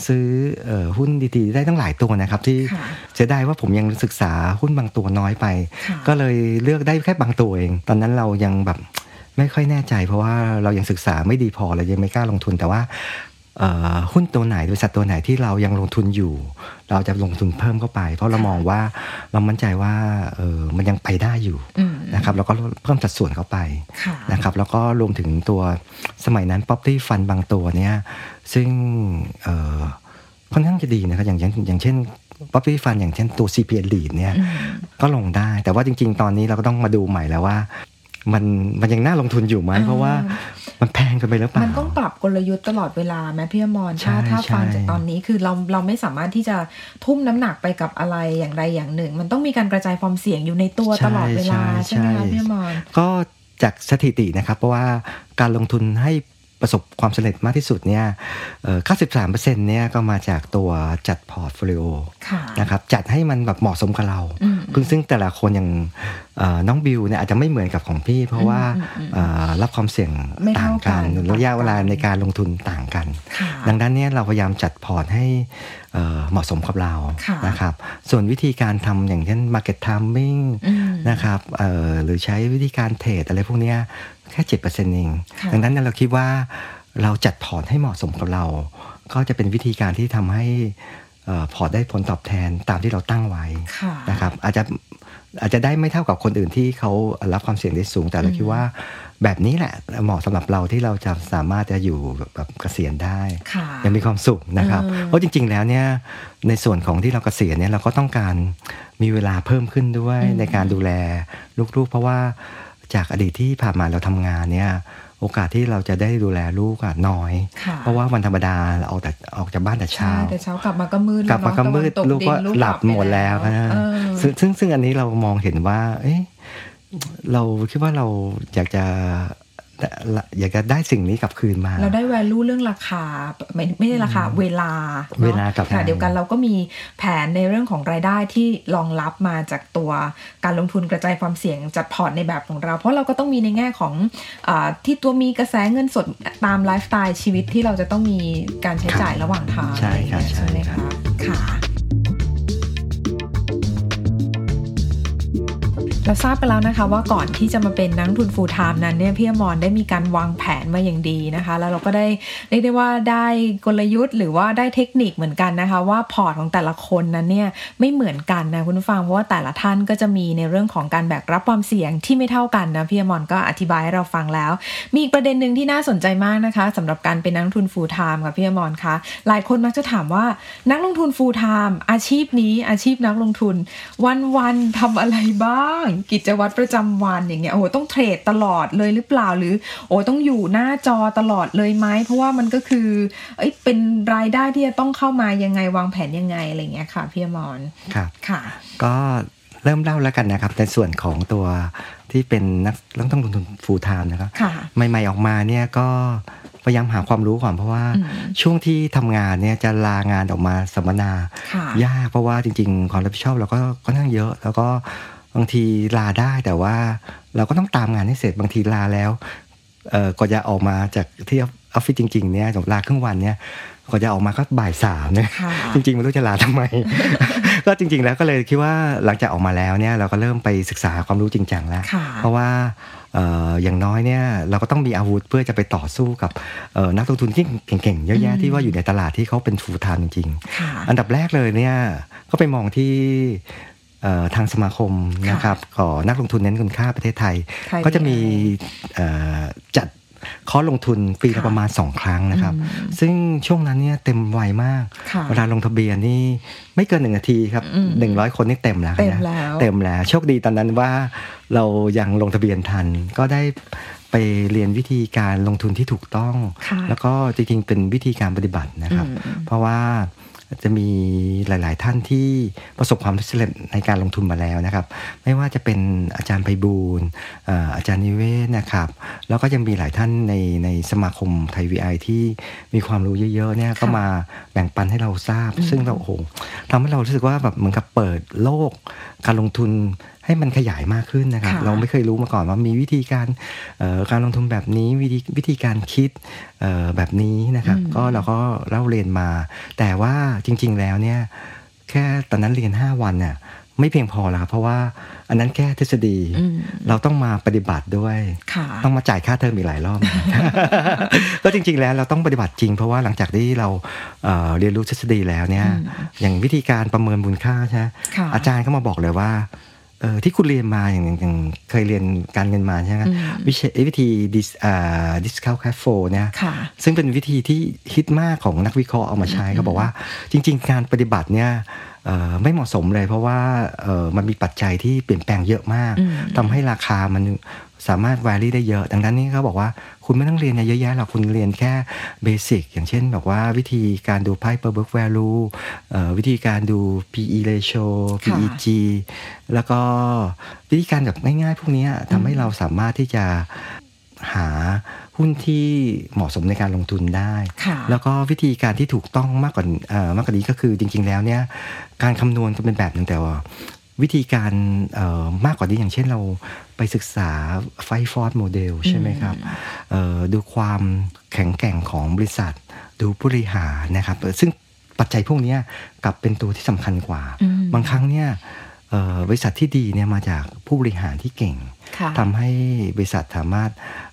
Speaker 3: ซื้อเอ่อหุ้นดีๆ ได้ตั้งหลายตัวนะครับที่
Speaker 2: ค่ะ
Speaker 3: เสียดายว่าผมยังศึกษาหุ้นบางตัวน้อยไป
Speaker 2: ค่ะ
Speaker 3: ก็เลยเลือกได้แค่บางตัวเอง ตอนนั้นเรายังแบบ ไม่ค่อยแน่ใจ เพราะว่าเรายังศึกษาไม่ดีพอเรายังไม่กล้าลงทุนแต่ว่าเอ่อหุ้นตัวไหนบริษัทตัวไหนที่เรายังลงทุนอยู่ เราจะลงทุนเพิ่มเข้าไป เพราะเรามองว่าเรามั่นใจว่าเออมันยังไปได้อยู่
Speaker 2: อืม
Speaker 3: นะครับแล้วก็เพิ่มสัดส่วนเข้าไป
Speaker 2: ค่ะ
Speaker 3: นะครับแล้วก็รวมถึงตัวสมัยนั้น property fund บางตัวเนี่ยซึ่งเอ่อค่อนข้างจะดีนะครับอย่างอย่างอย่างเช่น property fund อย่างเช่นตัว CPN lead เนี่ยก็ลงได้ แต่ว่าจริง ๆ ตอนนี้เราก็ต้องมาดูใหม่แล้วว่า มันมันยังน่าลงทุนอยู่ไหม
Speaker 2: อ่า
Speaker 3: เพราะว่ามันแพงเกันไปหรือเปล่า
Speaker 2: มันต้องปรับกลยุทธ์ตลอดเวลาไหมพี่อมร
Speaker 3: ใช่
Speaker 2: ถ้าถ้า
Speaker 3: ใช่
Speaker 2: ฟังจากตอนนี้คือเราเราไม่สามารถที่จะทุ่มน้ำหนักไปกับอะไรอย่างใดอย่างหนึ่ง มันต้องมีการกระจายความเสี่ยงอยู่ในตัวตลอดเวลาใช่ไหมคะพี่อมร
Speaker 3: ก็จากสถิตินะครับ เพราะว่าการลงทุนให้ประสบความสำเร็จมากที่สุดเนี่ยเอ่อ93%เนี่ยก็มาจากตัวจัดพอร์ตโฟลิโอ
Speaker 2: ค่ะ
Speaker 3: นะครับจัดให้มันแบบเหมาะสมกับเรา
Speaker 2: อืม
Speaker 3: ซึ่งซึ่งแต่ละคนอย่างเอ่อน้องบิวเนี่ยอาจจะไม่เหมือนกับของพี่ เพราะว่าเอ่อรับความเสี่ยง
Speaker 2: ไม่
Speaker 3: ต่า
Speaker 2: เท่า
Speaker 3: ง
Speaker 2: กั
Speaker 3: กัน
Speaker 2: น
Speaker 3: ระยะเวลาในการลงทุนต่างกัน
Speaker 2: ค่ะ
Speaker 3: ดังนั้นเนี่ยเราพยายามจัดพอร์ตให้เอ่อเหมาะสมกับเรา
Speaker 2: ค่ะ
Speaker 3: นะครับ ส่วนวิธีการทำอย่างเช่น Market Timing
Speaker 2: อืม
Speaker 3: นะครับเอ่อหรือใช้วิธีการเทรดอะไรพวกเนี้ยแค่7%เอง
Speaker 2: ค่ะ
Speaker 3: ดังนั้นเนี่ยเราคิดว่าเราจัดพอร์ตให้เหมาะสมกับเรา ก็จะเป็นวิธีการที่ทำให้เอ่อพอร์ตได้ผลตอบแทนตามที่เราตั้งไว้
Speaker 2: ค่ะ
Speaker 3: นะครับอาจจะอาจจะได้ไม่เท่ากับคนอื่นที่เขารับความเสี่ยงได้สูง แต่เราคิดว่าแบบนี้แหละเหมาะสำหรับเราที่เราจะสามารถจะอยู่แบบแบบเกษียณได้
Speaker 2: ค่ะ
Speaker 3: ยังมีความสุขนะครับ
Speaker 2: เออ
Speaker 3: เพราะจริง ๆ แล้วเนี่ยในส่วนของที่เราเกษียณเนี่ยเราก็ต้องการมีเวลาเพิ่มขึ้นด้วยในการดูแลลูก ๆ เพราะว่าจากอดีตที่ผ่านมาเราทำงานเนี่ยโอกาสที่เราจะได้ดูแลลูกอะน้อย
Speaker 2: ค่ะ
Speaker 3: เพราะว่าวันธรรมดาเราออกแต่ออกจากบ้านแต่
Speaker 2: ใช่
Speaker 3: เช้า
Speaker 2: แต่เช้ากลับมาก็มืด
Speaker 3: กลับมาก็
Speaker 2: เนอะ
Speaker 3: มืด
Speaker 2: ตะวันต
Speaker 3: ลูกก็
Speaker 2: ดิน
Speaker 3: หลับหมดแล้ว
Speaker 2: ไป
Speaker 3: นะ
Speaker 2: เออ
Speaker 3: ซึ่งซึ่งซึ่งอันนี้เรามองเห็นว่า เอ๊ะเราคิดว่าเราอยากจะอยากจะได้สิ่งนี้กลับคืนมา
Speaker 2: เราได้ value เรื่องราคาไม่ไม่ได้ราคาเวลานะ
Speaker 3: เวลากับ
Speaker 2: ค่ะ
Speaker 3: งาน
Speaker 2: เดียวกันเราก็มีแผนในเรื่องของรายได้ที่รองรับมาจากตัวการลงทุนกระจายความเสี่ยงจัดพอร์ตในแบบของเรา เพราะเราก็ต้องมีในแง่ของอาที่ตัวมีกระแสเงินสดตามไลฟ์สไตล์ชีวิตที่เราจะต้องมีการใช้จ่ายระหว่างทาง
Speaker 3: ใช่ครับ
Speaker 2: อไรอย่างเงี้ยใช่ไหม
Speaker 3: ใช่ครั
Speaker 2: คะ
Speaker 3: บ
Speaker 2: ค่ะเราทราบไปแล้วนะคะว่าก่อนที่จะมาเป็นนักลงทุน full time นั้นเนี่ยพี่อมรได้มีการวางแผนมาอย่างดีนะคะ แล้วเราก็ได้ เรียกได้ว่าได้กลยุทธ์หรือว่าได้เทคนิคเหมือนกันนะคะ ว่าพอร์ตของแต่ละคนนั้นเนี่ยไม่เหมือนกันนะคุณผู้ฟังเพราะว่าแต่ละท่านก็จะมีในเรื่องของการแบกรับความเสี่ยงที่ไม่เท่ากันนะพี่อมรก็อธิบายให้เราฟังแล้ว มีอีกประเด็นหนึ่งที่น่าสนใจมากนะคะสำหรับการเป็นนักลงทุน full time ค่ะพี่อมรคะหลายคนมักจะถามว่านักลงทุน full time อาชีพนี้อาชีพนักลงทุน วันวันๆทำอะไรบ้าง กิจวัตรประจำวันอย่างเงี้ยโอ้โหต้องเทรดตลอดเลยหรือเปล่าหรือ โอ้ต้องอยู่หน้าจอตลอดเลยไหมเพราะว่ามันก็คือเอ้ยเป็นรายได้ที่จะต้องเข้ามายังไงวางแผนยังไงอะไรอย่างเงี้ยค่ะพี่อมร
Speaker 3: ครับ
Speaker 2: ค่ะ
Speaker 3: ก็เริ่มเล่าแล้วกันนะครับในส่วนของตัวที่เป็นนักนักต้องลงทุนฟูลไทม์นะครับ
Speaker 2: ค่ะ
Speaker 3: ใหม่ๆออกมาเนี่ยก็พยายามหาความรู้ก่อนเพราะว่า
Speaker 2: อืม
Speaker 3: ช่วงที่ทำงานเนี่ยจะลางานออกมาสัมมนา
Speaker 2: ค่ะ
Speaker 3: ยากเพราะว่าจริง ๆ ความรับผิดชอบเราก็ค่อนข้างเยอะ แล้วก็บางทีลาได้แต่ว่าเราก็ต้องตามงานให้เสร็จบางทีลาแล้วเออก็จะออกมาจากที่ออฟฟิศจริงๆเนี่ยลาครึ่งวันเนี่ยก็จะออกมาก็บ่ายสามเนี่ย
Speaker 2: ค่ะ
Speaker 3: จริงๆไม่รู้จะลาทำไม ก็จริง ๆ แล้วก็เลยคิดว่าหลังจากออกมาแล้วเนี่ยเราก็เริ่มไปศึกษาความรู้จริงจังแล้ว
Speaker 2: ค่ะ
Speaker 3: เพราะว่าเอ่ออย่างน้อยเนี่ยเราก็ต้องมีอาวุธเพื่อจะไปต่อสู้กับเอ่อนักลงทุนที่เก่งๆเยอะแยะ
Speaker 2: อืม
Speaker 3: ที่ว่าอยู่ในตลาดที่เขาเป็นฟูทานจริง
Speaker 2: ค่ะ
Speaker 3: ๆ อันดับแรกเลยเนี่ยก็ไปมองที่เอ่อทางสมาคมนะครับก่อนักลงทุนเน้นคุณค่าประเทศไทย
Speaker 2: ไทย
Speaker 3: ก็จะมีเอ่อจัดคอร์สลงทุนปีละ
Speaker 2: ค่ะ
Speaker 3: ประมาณ 2 ครั้งนะครับ ซึ่งช่วงนั้นเนี่ยเต็มไวมาก
Speaker 2: ค่ะ
Speaker 3: เวลาลงทะเบียนนี่ไม่เกินหนึ่งนาทีครับ
Speaker 2: อืม
Speaker 3: หนึ่งร้อยคนนี่เต็มแล้วครับ
Speaker 2: เต็ม
Speaker 3: นะ
Speaker 2: แล้ว
Speaker 3: เต็มแล้วโชคดีตอนนั้นว่าเรายังลงทะเบียนทัน ก็ได้ไปเรียนวิธีการลงทุนที่ถูกต้อง
Speaker 2: ค่ะ
Speaker 3: แล้วก็จริงๆเป็นวิธีการปฏิบัตินะครับ
Speaker 2: อืม
Speaker 3: เพราะว่าจะมีหลาย ๆ ท่านที่ประสบความสำเร็จในการลงทุนมาแล้วนะครับ ไม่ว่าจะเป็นอาจารย์ไพบูลย์เอ่ออาจารย์นิเวศน์นะครับ แล้วก็ยังมีหลายท่านในในสมาคมไทยวีไอที่มีความรู้เยอะ ๆ เนี่ยก็มาแบ่งปันให้เราทราบ ซึ่งเราโอ้โหทำให้เรารู้สึกว่าแบบเหมือนกับเปิดโลก การลงทุนให้มันขยายมากขึ้นนะครับ
Speaker 2: ค่ะ
Speaker 3: เราไม่เคยรู้มาก่อนว่ามีวิธีการเอ่อการลงทุนแบบนี้วิธีวิธีการคิดเอ่อแบบนี้นะครับ ก็เราก็เล่าเรียนมา แต่ว่าจริง ๆ แล้วเนี่ยแค่ตอนนั้นเรียน 5 วันน่ะไม่เพียงพอแล้วครับเพราะว่าอันนั้นแค่ทฤษฎี
Speaker 2: อืม
Speaker 3: เราต้องมาปฏิบัติด้วย
Speaker 2: ค่ะ
Speaker 3: ต้องมาจ่ายค่าเทอมอีกหลายรอบ ก็จริง ๆ แล้วเราต้องปฏิบัติจริง เพราะว่าหลังจากที่เราเอ่อเรียนรู้ทฤษฎีแล้วเนี่ย อย่างวิธีการประเมินมูลค่าใช่ไหม
Speaker 2: ค่ะ
Speaker 3: อาจารย์ก็มาบอกเลยว่าเออที่คุณเรียนมาอย่างอย่างอย่างเคยเรียนการเงินมาใช่ไหม
Speaker 2: อืม
Speaker 3: วิชาวิธีดิสอ่า discount cash flow เนี่ย
Speaker 2: ค่ะ
Speaker 3: ซึ่งเป็นวิธีที่ฮิตมากของนักวิเคราะห์เอามาใช้เขาบอกว่าจริง ๆ การปฏิบัติเนี่ยเอ่อไม่เหมาะสมเลย เพราะว่าเอ่อมันมีปัจจัยที่เปลี่ยนแปลงเยอะมาก
Speaker 2: อืม
Speaker 3: ทำให้ราคามัน สามารถ vary ได้เยอะ ดังนั้นนี่เขาบอกว่าคุณไม่ต้องเรียนเยอะแยะหรอกคุณเรียนแค่เบสิกอย่างเช่นแบบว่าวิธีการดูไพ่ per book value เอ่อวิธีการดู PE ratio
Speaker 2: ค่ะ
Speaker 3: PEG แล้วก็วิธีการแบบง่ายๆ พวกเนี้ยทำให้เราสามารถที่จะหาหุ้นที่เหมาะสมในการลงทุนได้
Speaker 2: ค่ะ
Speaker 3: แล้วก็วิธีการที่ถูกต้องมากกว่าเอ่อมากกว่านี้ก็คือจริง ๆ แล้วเนี่ยการคำนวณก็เป็นแบบหนึ่งแต่ว่า วิธีการเอ่อมากกว่านี้อย่างเช่นเราไปศึกษาไฟฟอร์ดโมเดลใช่ไหมครับเอ่อดูความแข็งแกร่งของบริษัท ดูผู้บริหารนะครับเอ่อซึ่งปัจจัยพวกเนี้ยกลับเป็นตัวที่สำคัญกว่า
Speaker 2: อืม
Speaker 3: บางครั้งเนี่ยเอ่อบริษัทที่ดีเนี่ยมาจากผู้บริหารที่เก่ง
Speaker 2: ค่ะ
Speaker 3: ทำให้บริษัทสามารถ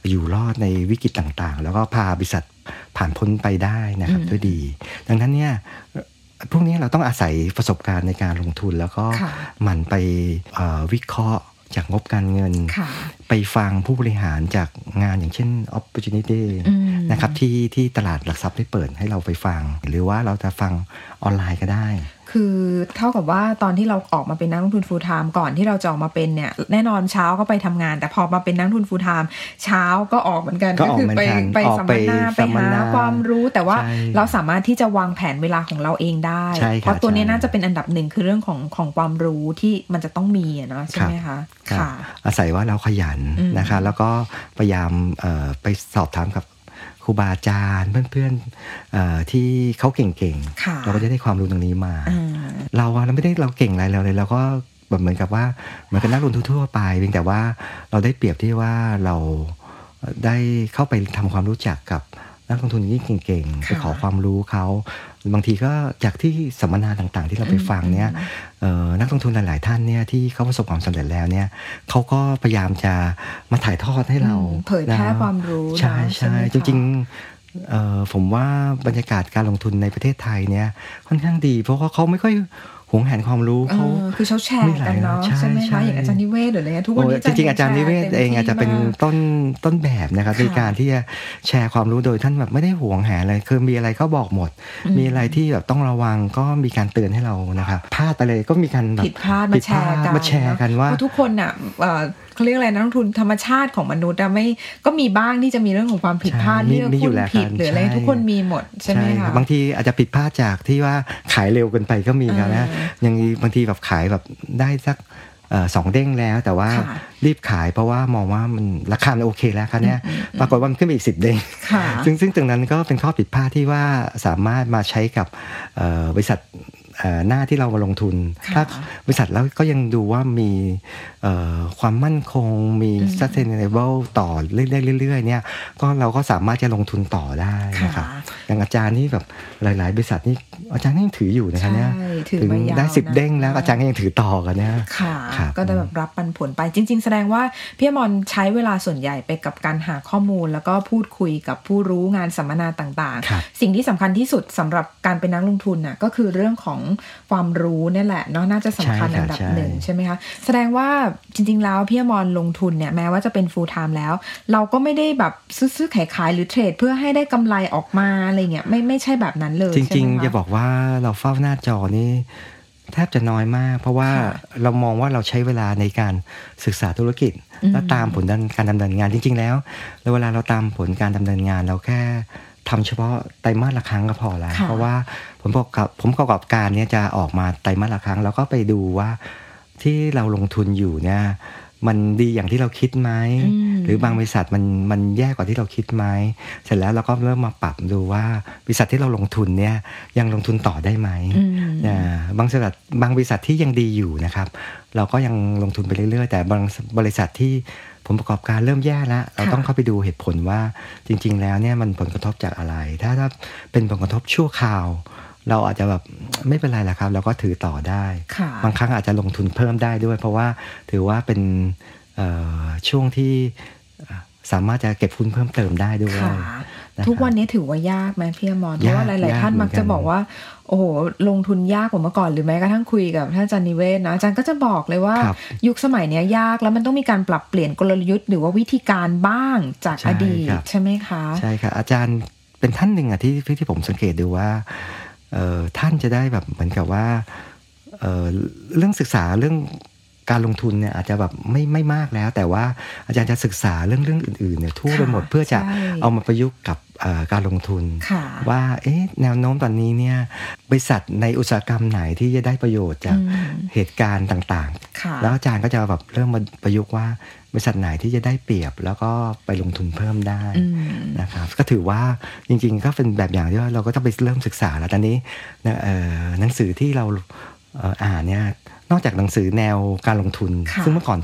Speaker 3: อยู่รอดในวิกฤตต่างๆ แล้วก็พาบริษัทผ่านพ้นไปได้นะครับ
Speaker 2: อืม
Speaker 3: ด้วยดี ดังนั้นเนี่ยเอ่อพวกนี้เราต้องอาศัยประสบการณ์ในการลงทุน แล้วก็
Speaker 2: ค่ะ
Speaker 3: หมั่นไปเอ่อวิเคราะห์จากงบการเงิน
Speaker 2: ค่ะ
Speaker 3: ไปฟังผู้บริหารจากงานอย่างเช่น opportunity
Speaker 2: อืม
Speaker 3: นะครับที่ที่ตลาดหลักทรัพย์ได้เปิดให้เราไปฟัง หรือว่าเราจะฟังออนไลน์ก็ได้
Speaker 2: คือเท่ากับว่าตอนที่เราออกมาเป็นนักลงทุน full time ก่อนที่เราจะออกมาเป็นเนี่ยแน่นอนเช้าก็ไปทำงาน แต่พอมาเป็นนักลงทุน full time เช้าก็ออกเหมือนกัน
Speaker 3: ก็ออก
Speaker 2: คื
Speaker 3: เหมือน
Speaker 2: ไป
Speaker 3: กัน
Speaker 2: ไป
Speaker 3: ออก
Speaker 2: สัม
Speaker 3: ไป
Speaker 2: มนาไป
Speaker 3: สัมม
Speaker 2: หา
Speaker 3: นา
Speaker 2: ความรู้แต่ว่า
Speaker 3: ใช่
Speaker 2: เราสามารถที่จะวางแผนเวลาของเราเองได้
Speaker 3: ใช่ครับ
Speaker 2: เพราะตัวเนี้ย
Speaker 3: ใช่
Speaker 2: น่าจะเป็นอันดับหนึ่งคือเรื่องของของความรู้ที่มันจะต้องมีอะเนาะใช่ไหมคะ
Speaker 3: ครับอาศัยว่าเราขยัน
Speaker 2: อืม
Speaker 3: นะคะ แล้วก็พยายามเอ่อไปสอบถามกับครูบาอาจารย์เพื่อนๆเอ่อที่เขาเก่ง
Speaker 2: ค่ะ
Speaker 3: ๆ เราก็จะได้ความรู้ตรงนี้มา
Speaker 2: อ่า
Speaker 3: เราอะเราไม่ได้เราเก่งอะไรเราเลยเราก็แบบเหมือนกับว่าเหมือนกับนักลงทุนทั่วๆไปเพียงแต่ว่าเราได้เปรียบที่ว่าเราได้เข้าไปทำความรู้จักกับนักลงทุนที่เก่ง
Speaker 2: ค่ะ
Speaker 3: ๆไปขอความรู้เขา บางทีก็จากที่สัมมนาต่างๆ ที่เราไปฟังเนี่ยเอ่อนักลงทุนหลายๆท่านเนี่ยที่เขาประสบความสำเร็จแล้วเนี่ยเขาก็พยายามจะมาถ่ายทอดให้เรา
Speaker 2: อืมเผยแพร่
Speaker 3: นะ
Speaker 2: ความรู้
Speaker 3: ใช่
Speaker 2: นะใช่
Speaker 3: ใช่
Speaker 2: ไหม
Speaker 3: จ
Speaker 2: คะ
Speaker 3: ริง เอ่อผมว่าบรรยากาศการลงทุนในประเทศไทยเนี่ยค่อนข้างดี เพราะว่าเขาไม่ค่อยหวงแหนความรู้
Speaker 2: เอ
Speaker 3: เขา
Speaker 2: อคือเขาแช
Speaker 3: มี
Speaker 2: ร์
Speaker 3: หลาย
Speaker 2: กันเนาะ
Speaker 3: ใช่
Speaker 2: ใช่ไหม
Speaker 3: ใช่
Speaker 2: คะอย่างอาจารย์นิเวศหรืออะไรเงี้ยทุกวัน
Speaker 3: โอ้
Speaker 2: นี้
Speaker 3: จริงๆอาจารย์นิเวศ
Speaker 2: แต็ม
Speaker 3: เองอาจจะเป็น
Speaker 2: ที่มาก
Speaker 3: ต้นต้นแบบนะครับ
Speaker 2: ค่ะ
Speaker 3: ในการที่จะแชร์ความรู้โดยท่านแบบไม่ได้หวงแหนอะไรคือมีอะไรเขาบอกหมด
Speaker 2: อืม
Speaker 3: มีอะไรที่แบบต้องระวังก็มีการเตือนให้เรานะครับพลาดไปเลยก็มีการแบบ
Speaker 2: ผิดพลาดมาแชร์กัน
Speaker 3: มาแชร์กัน
Speaker 2: เอะ
Speaker 3: ว่า
Speaker 2: เพราะทุกคนอ่ะเอ่อเขาเรียกอะไรนะนักลงทุนธรรมชาติของมนุษย์อะไม่ก็มีบ้างที่จะมีเรื่องของความผิดพลาด
Speaker 3: ใช่
Speaker 2: เรื่อง
Speaker 3: มีอ
Speaker 2: หุ้
Speaker 3: ยู่
Speaker 2: น
Speaker 3: แล้ว
Speaker 2: ผิด
Speaker 3: ครับ
Speaker 2: หรืออะไร
Speaker 3: ใช่
Speaker 2: ทุกคนมีหมดใช่ไหมคะ
Speaker 3: รับางทีอาจจะผิดพลาดจากที่ว่าขายเร็วเกินไปก็มีครับนะ
Speaker 2: เอ
Speaker 3: ยังมีบางทีแบบขายแบบได้สักเอ่อสองเด้งแล้ว แต่ว่า
Speaker 2: ค่ะ
Speaker 3: รีบขายเพราะว่ามองว่ามันราคามันโอเคแล้วครับเนี่ยปรากฏว่ามันขึ้นไปอีกสิบเด้ง
Speaker 2: ค่ะ
Speaker 3: ซึ่งซึ่งตรงนั้นก็เป็นข้อผิดพลาดที่ว่าสามารถมาใช้กับเอ่อบริษัทเอ่อหน้าที่เรามาลงทุน
Speaker 2: ค่ะ
Speaker 3: ถ้าบริษัทแล้วก็ยังดูว่ามีเอ่อความมั่นคงมี sustainable ต่อเรื่อยๆๆเนี่ยก็เราก็สามารถจะลงทุนต่อได้นะครับ
Speaker 2: ค่ะ
Speaker 3: อย่างอาจารย์นี่แบบหลาย ๆ บริษัทนี่อาจารย์ยังถืออยู่นะคะเนี่ย
Speaker 2: ใช่ถือมายาว
Speaker 3: ได้สิบ
Speaker 2: นะ
Speaker 3: เด้งแล้วอาจารย์ก็ยังถือต่อกันเนี่ย
Speaker 2: ค่ะ
Speaker 3: ครับ
Speaker 2: ก็จะแบบรับปันผลไปจริง ๆ แสดงว่าพี่อมอนใช้เวลาส่วนใหญ่ไปกับการหาข้อมูล แล้วก็พูดคุยกับผู้รู้งานสัมมนาต่าง
Speaker 3: ครับ
Speaker 2: ๆ สิ่งที่สำคัญที่สุดสำหรับการเป็นนักลงทุนน่ะก็คือเรื่องของความรู้เนี่ยแหละเนาะน่าจะสำคัญอันดับหนึ่ง ใช่ไหมคะ แสดงว่าจริง ๆ แล้วพี่อมรลงทุนเนี่ยแม้ว่าจะเป็น full time แล้ว เราก็ไม่ได้แบบซื้อๆขายขายๆหรือเทรดเพื่อให้ได้กำไรออกมาอะไรเงี้ยไม่ไม่ใช่แบบนั้นเลย
Speaker 3: จริง
Speaker 2: ใช่ไหม
Speaker 3: ๆ
Speaker 2: ค
Speaker 3: จะบอกว่าเราเฝ้าหน้าจอนี่แทบจะน้อยมาก เพราะว่า
Speaker 2: ค่ะ
Speaker 3: เรามองว่าเราใช้เวลาในการศึกษาธุรกิจ
Speaker 2: อืม
Speaker 3: และตามผลดันการดำเนินงานจริง ๆ แล้วแล้วเวลาเราตามผลการดำเนินงานเราแค่ทำเฉพาะไตรมาสละครั้งก็พอแล้ว
Speaker 2: ค่ะ
Speaker 3: เพราะว่าผลประกอบผมประกอบการเนี่ยจะออกมาไตรมาสละครั้ง แล้วก็ไปดูว่าที่เราลงทุนอยู่เนี่ยมันดีอย่างที่เราคิดไหม
Speaker 2: อืม
Speaker 3: หรือบาง บริษัทมันมันแย่กว่าที่เราคิดไหมเสร็จแล้วเราก็เริ่มมาปรับดูว่าบริษัทที่เราลงทุนเนี่ยยังลงทุนต่อได้ไหม
Speaker 2: อืม
Speaker 3: อ่าบางบริษัทบางบริษัทที่ยังดีอยู่นะครับ เราก็ยังลงทุนไปเรื่อยๆ แต่บางบริษัทที่ผลประกอบการเริ่มแย่แล้วเราต้องเข้าไปดูเหตุผลว่าจริง ๆ แล้วเนี่ยมันผลกระทบจากอะไร ถ้าถ้าเป็นผลกระทบชั่วคราว เราอาจจะแบบไม่เป็นไรละครับ เราก็ถือต่อได้
Speaker 2: ค่ะ
Speaker 3: บางครั้งอาจจะลงทุนเพิ่มได้ด้วย เพราะว่าถือว่าเป็นเอ่อช่วงที่เอ่อสามารถจะเก็บทุนเพิ่มเติมได้ด้วย
Speaker 2: ค่ะ
Speaker 3: นะครับ
Speaker 2: ทุกวันนี้ถือว่ายากไหมพี่อมรเพราะว่าย
Speaker 3: าก
Speaker 2: หลาย
Speaker 3: ยาก
Speaker 2: ๆ ท่านมัก
Speaker 3: เหมือนกัน
Speaker 2: จะบอกว่า โอ้โหลงทุนยากกว่าเมื่อก่อนหรือแม้กระทั่งคุยกับท่านอาจารย์นิเวศนะอาจารย์ก็จะบอกเลยว่า
Speaker 3: ครับ
Speaker 2: ยุคสมัยเนี้ยยากแล้วมันต้องมีการปรับเปลี่ยนกลยุทธ์หรือว่าวิธีการบ้างจาก
Speaker 3: ใช่
Speaker 2: อดีต
Speaker 3: ครับ
Speaker 2: ใช่ไหมคะ
Speaker 3: ใช่ค่ะอาจารย์เป็นท่านหนึ่งอะที่ที่ที่ผมสังเกตดูว่าเอ่อท่านจะได้แบบเหมือนกับว่าเอ่อเรื่องศึกษาเรื่อง การลงทุนเนี่ยอาจจะแบบไม่ไม่มากแล้ว แต่ว่าอาจารย์จะศึกษาเรื่องเรื่องอื่นๆเนี่ยทั่วไปหมด
Speaker 2: ค่ะ
Speaker 3: เพื่อจะ
Speaker 2: ใช่
Speaker 3: เอามาประยุกต์กับเอ่อการลงทุน
Speaker 2: ค่ะ
Speaker 3: ว่าเอ๊ะแนวโน้มตอนนี้เนี่ยบริษัทในอุตสาหกรรมไหนที่จะได้ประโยชน์จาก
Speaker 2: อืม
Speaker 3: เหตุการณ์ต่าง
Speaker 2: ค่ะ
Speaker 3: ๆ แล้วอาจารย์ก็จะแบบเริ่มมาประยุกต์ว่าบริษัทไหนที่จะได้เปรียบ แล้วก็ไปลงทุนเพิ่มได้
Speaker 2: อืม
Speaker 3: นะครับก็ถือว่าจริงๆก็เป็นแบบอย่างที่ว่าเราก็ต้องไปเริ่มศึกษาแล้วตอนนี้นะเอ่อหนังสือที่เราเอ่ออ่านเนี่ยนอกจากหนังสือแนวการลงทุน
Speaker 2: ค่ะ
Speaker 3: ซึ่งเมื่อก่อน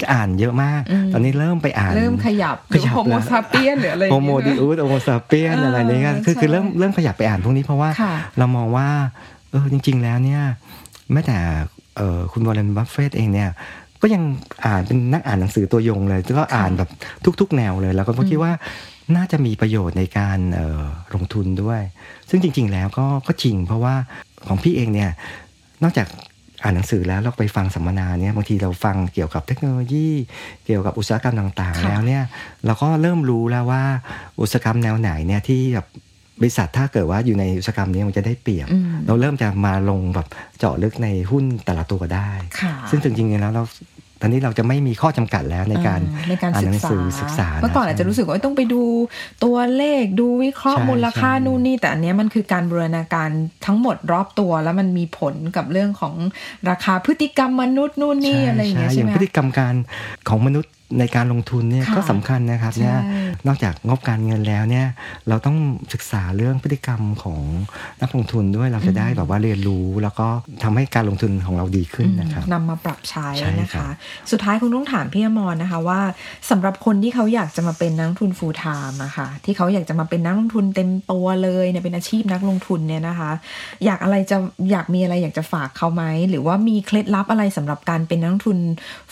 Speaker 3: จะอ่านเยอะมาก
Speaker 2: อืม
Speaker 3: ตอนนี้เริ่มไปอ่าน
Speaker 2: เริ่มขยับห
Speaker 3: ข
Speaker 2: รือ
Speaker 3: ยับ
Speaker 2: โฮโม
Speaker 3: แล้ว
Speaker 2: ซาเปียนหรืออะไรอย่า
Speaker 3: โฮ
Speaker 2: ง
Speaker 3: โม
Speaker 2: เงี้
Speaker 3: ดิ
Speaker 2: ย
Speaker 3: อุสโฮโมซาเปียน
Speaker 2: เอออ
Speaker 3: อะไรนี้ก็คือ
Speaker 2: ใช่
Speaker 3: คือเริ่มเริ่มขยับไปอ่านพวกนี้เพราะว่า
Speaker 2: ค่ะ
Speaker 3: เรามองว่าเออจริง ๆ แล้วเนี่ยแม้แต่เอ่อคุณวอร์เรนบัฟเฟตเองเนี่ยก็ยังอ่านเป็นนักอ่านหนังสือตัวยงเลยแล้วก็อ่านแบบทุก ๆ แนวเลย แล้วก็คิดว่าน่าจะมีประโยชน์ในการเอ่อลงทุนด้วย ซึ่งจริง ๆ แล้วก็ก็จริง เพราะว่าของพี่เองเนี่ยนอกจากอ่านหนังสือแล้วเราไปฟังสัมมนาเนี่ยบางทีเราฟังเกี่ยวกับเทคโนโลยี เกี่ยวกับอุตสาหกรรมต่างๆ
Speaker 2: ค่ะ
Speaker 3: แล้วเนี่ยเราก็เริ่มรู้แล้วว่าอุตสาหกรรมแนวไหนเนี่ยที่แบบบริษัทถ้าเกิดว่าอยู่ในอุตสาหกรรมนี้มันจะได้เปรียบ
Speaker 2: อืม
Speaker 3: เราเริ่มจะมาลงแบบเจาะลึกในหุ้นแต่ละตัวได้
Speaker 2: ค่ะ
Speaker 3: ซึ่งจริงๆแล้วเราตอนนี้เราจะไม่มีข้อจำกัดแล้วในการ
Speaker 2: เออในการ
Speaker 3: อ่าน
Speaker 2: ศึ
Speaker 3: หนั
Speaker 2: ก
Speaker 3: งสือศึกษา
Speaker 2: ษาเมื่อก่อนอาจจะรู้สึกว่าต้องไปดูตัวเลขดูวิเคราะห์
Speaker 3: ใช่
Speaker 2: มูลค่า
Speaker 3: ใช่
Speaker 2: นู่นนี่ แต่อันเนี้ยมันคือการบูรณาการทั้งหมดรอบตัว แล้วมันมีผลกับเรื่องของราคาพฤติกรรมมนุษย์นู่นนี่อะไรอย่างเงี้ย
Speaker 3: ใช่อ
Speaker 2: ใช่
Speaker 3: ย่า
Speaker 2: ไห
Speaker 3: ง
Speaker 2: ม
Speaker 3: พฤติกรรมการของมนุษย์ในการลงทุนเนี่ย
Speaker 2: ค่ะ
Speaker 3: ก็สำคัญนะครับ
Speaker 2: ใช่
Speaker 3: เนี่ยนอกจากงบการเงินแล้วเนี่ยเราต้องศึกษาเรื่องพฤติกรรมของนักลงทุนด้วยเราจะได้แบบว่าเรียนรู้ แล้วก็ทำให้การลงทุนของเราดีขึ้นนะครับ
Speaker 2: นำมาปรับใช้
Speaker 3: ใช่
Speaker 2: นะ
Speaker 3: ครั
Speaker 2: คะ
Speaker 3: บ
Speaker 2: สุดท้ายคงต้องถามพี่อมรนะคะว่าสำหรับคนที่เขาอยากจะมาเป็นนักลงทุน full time อะค่ะ ที่เขาอยากจะมาเป็นนักลงทุนเต็มตัวเลยเนี่ยเป็นอาชีพนักลงทุนเนี่ยนะคะ อยากอะไรจะอยากมีอะไรอยากจะฝากเขาไหมหรือว่ามีเคล็ดลับอะไรสำหรับการเป็นนักลงทุน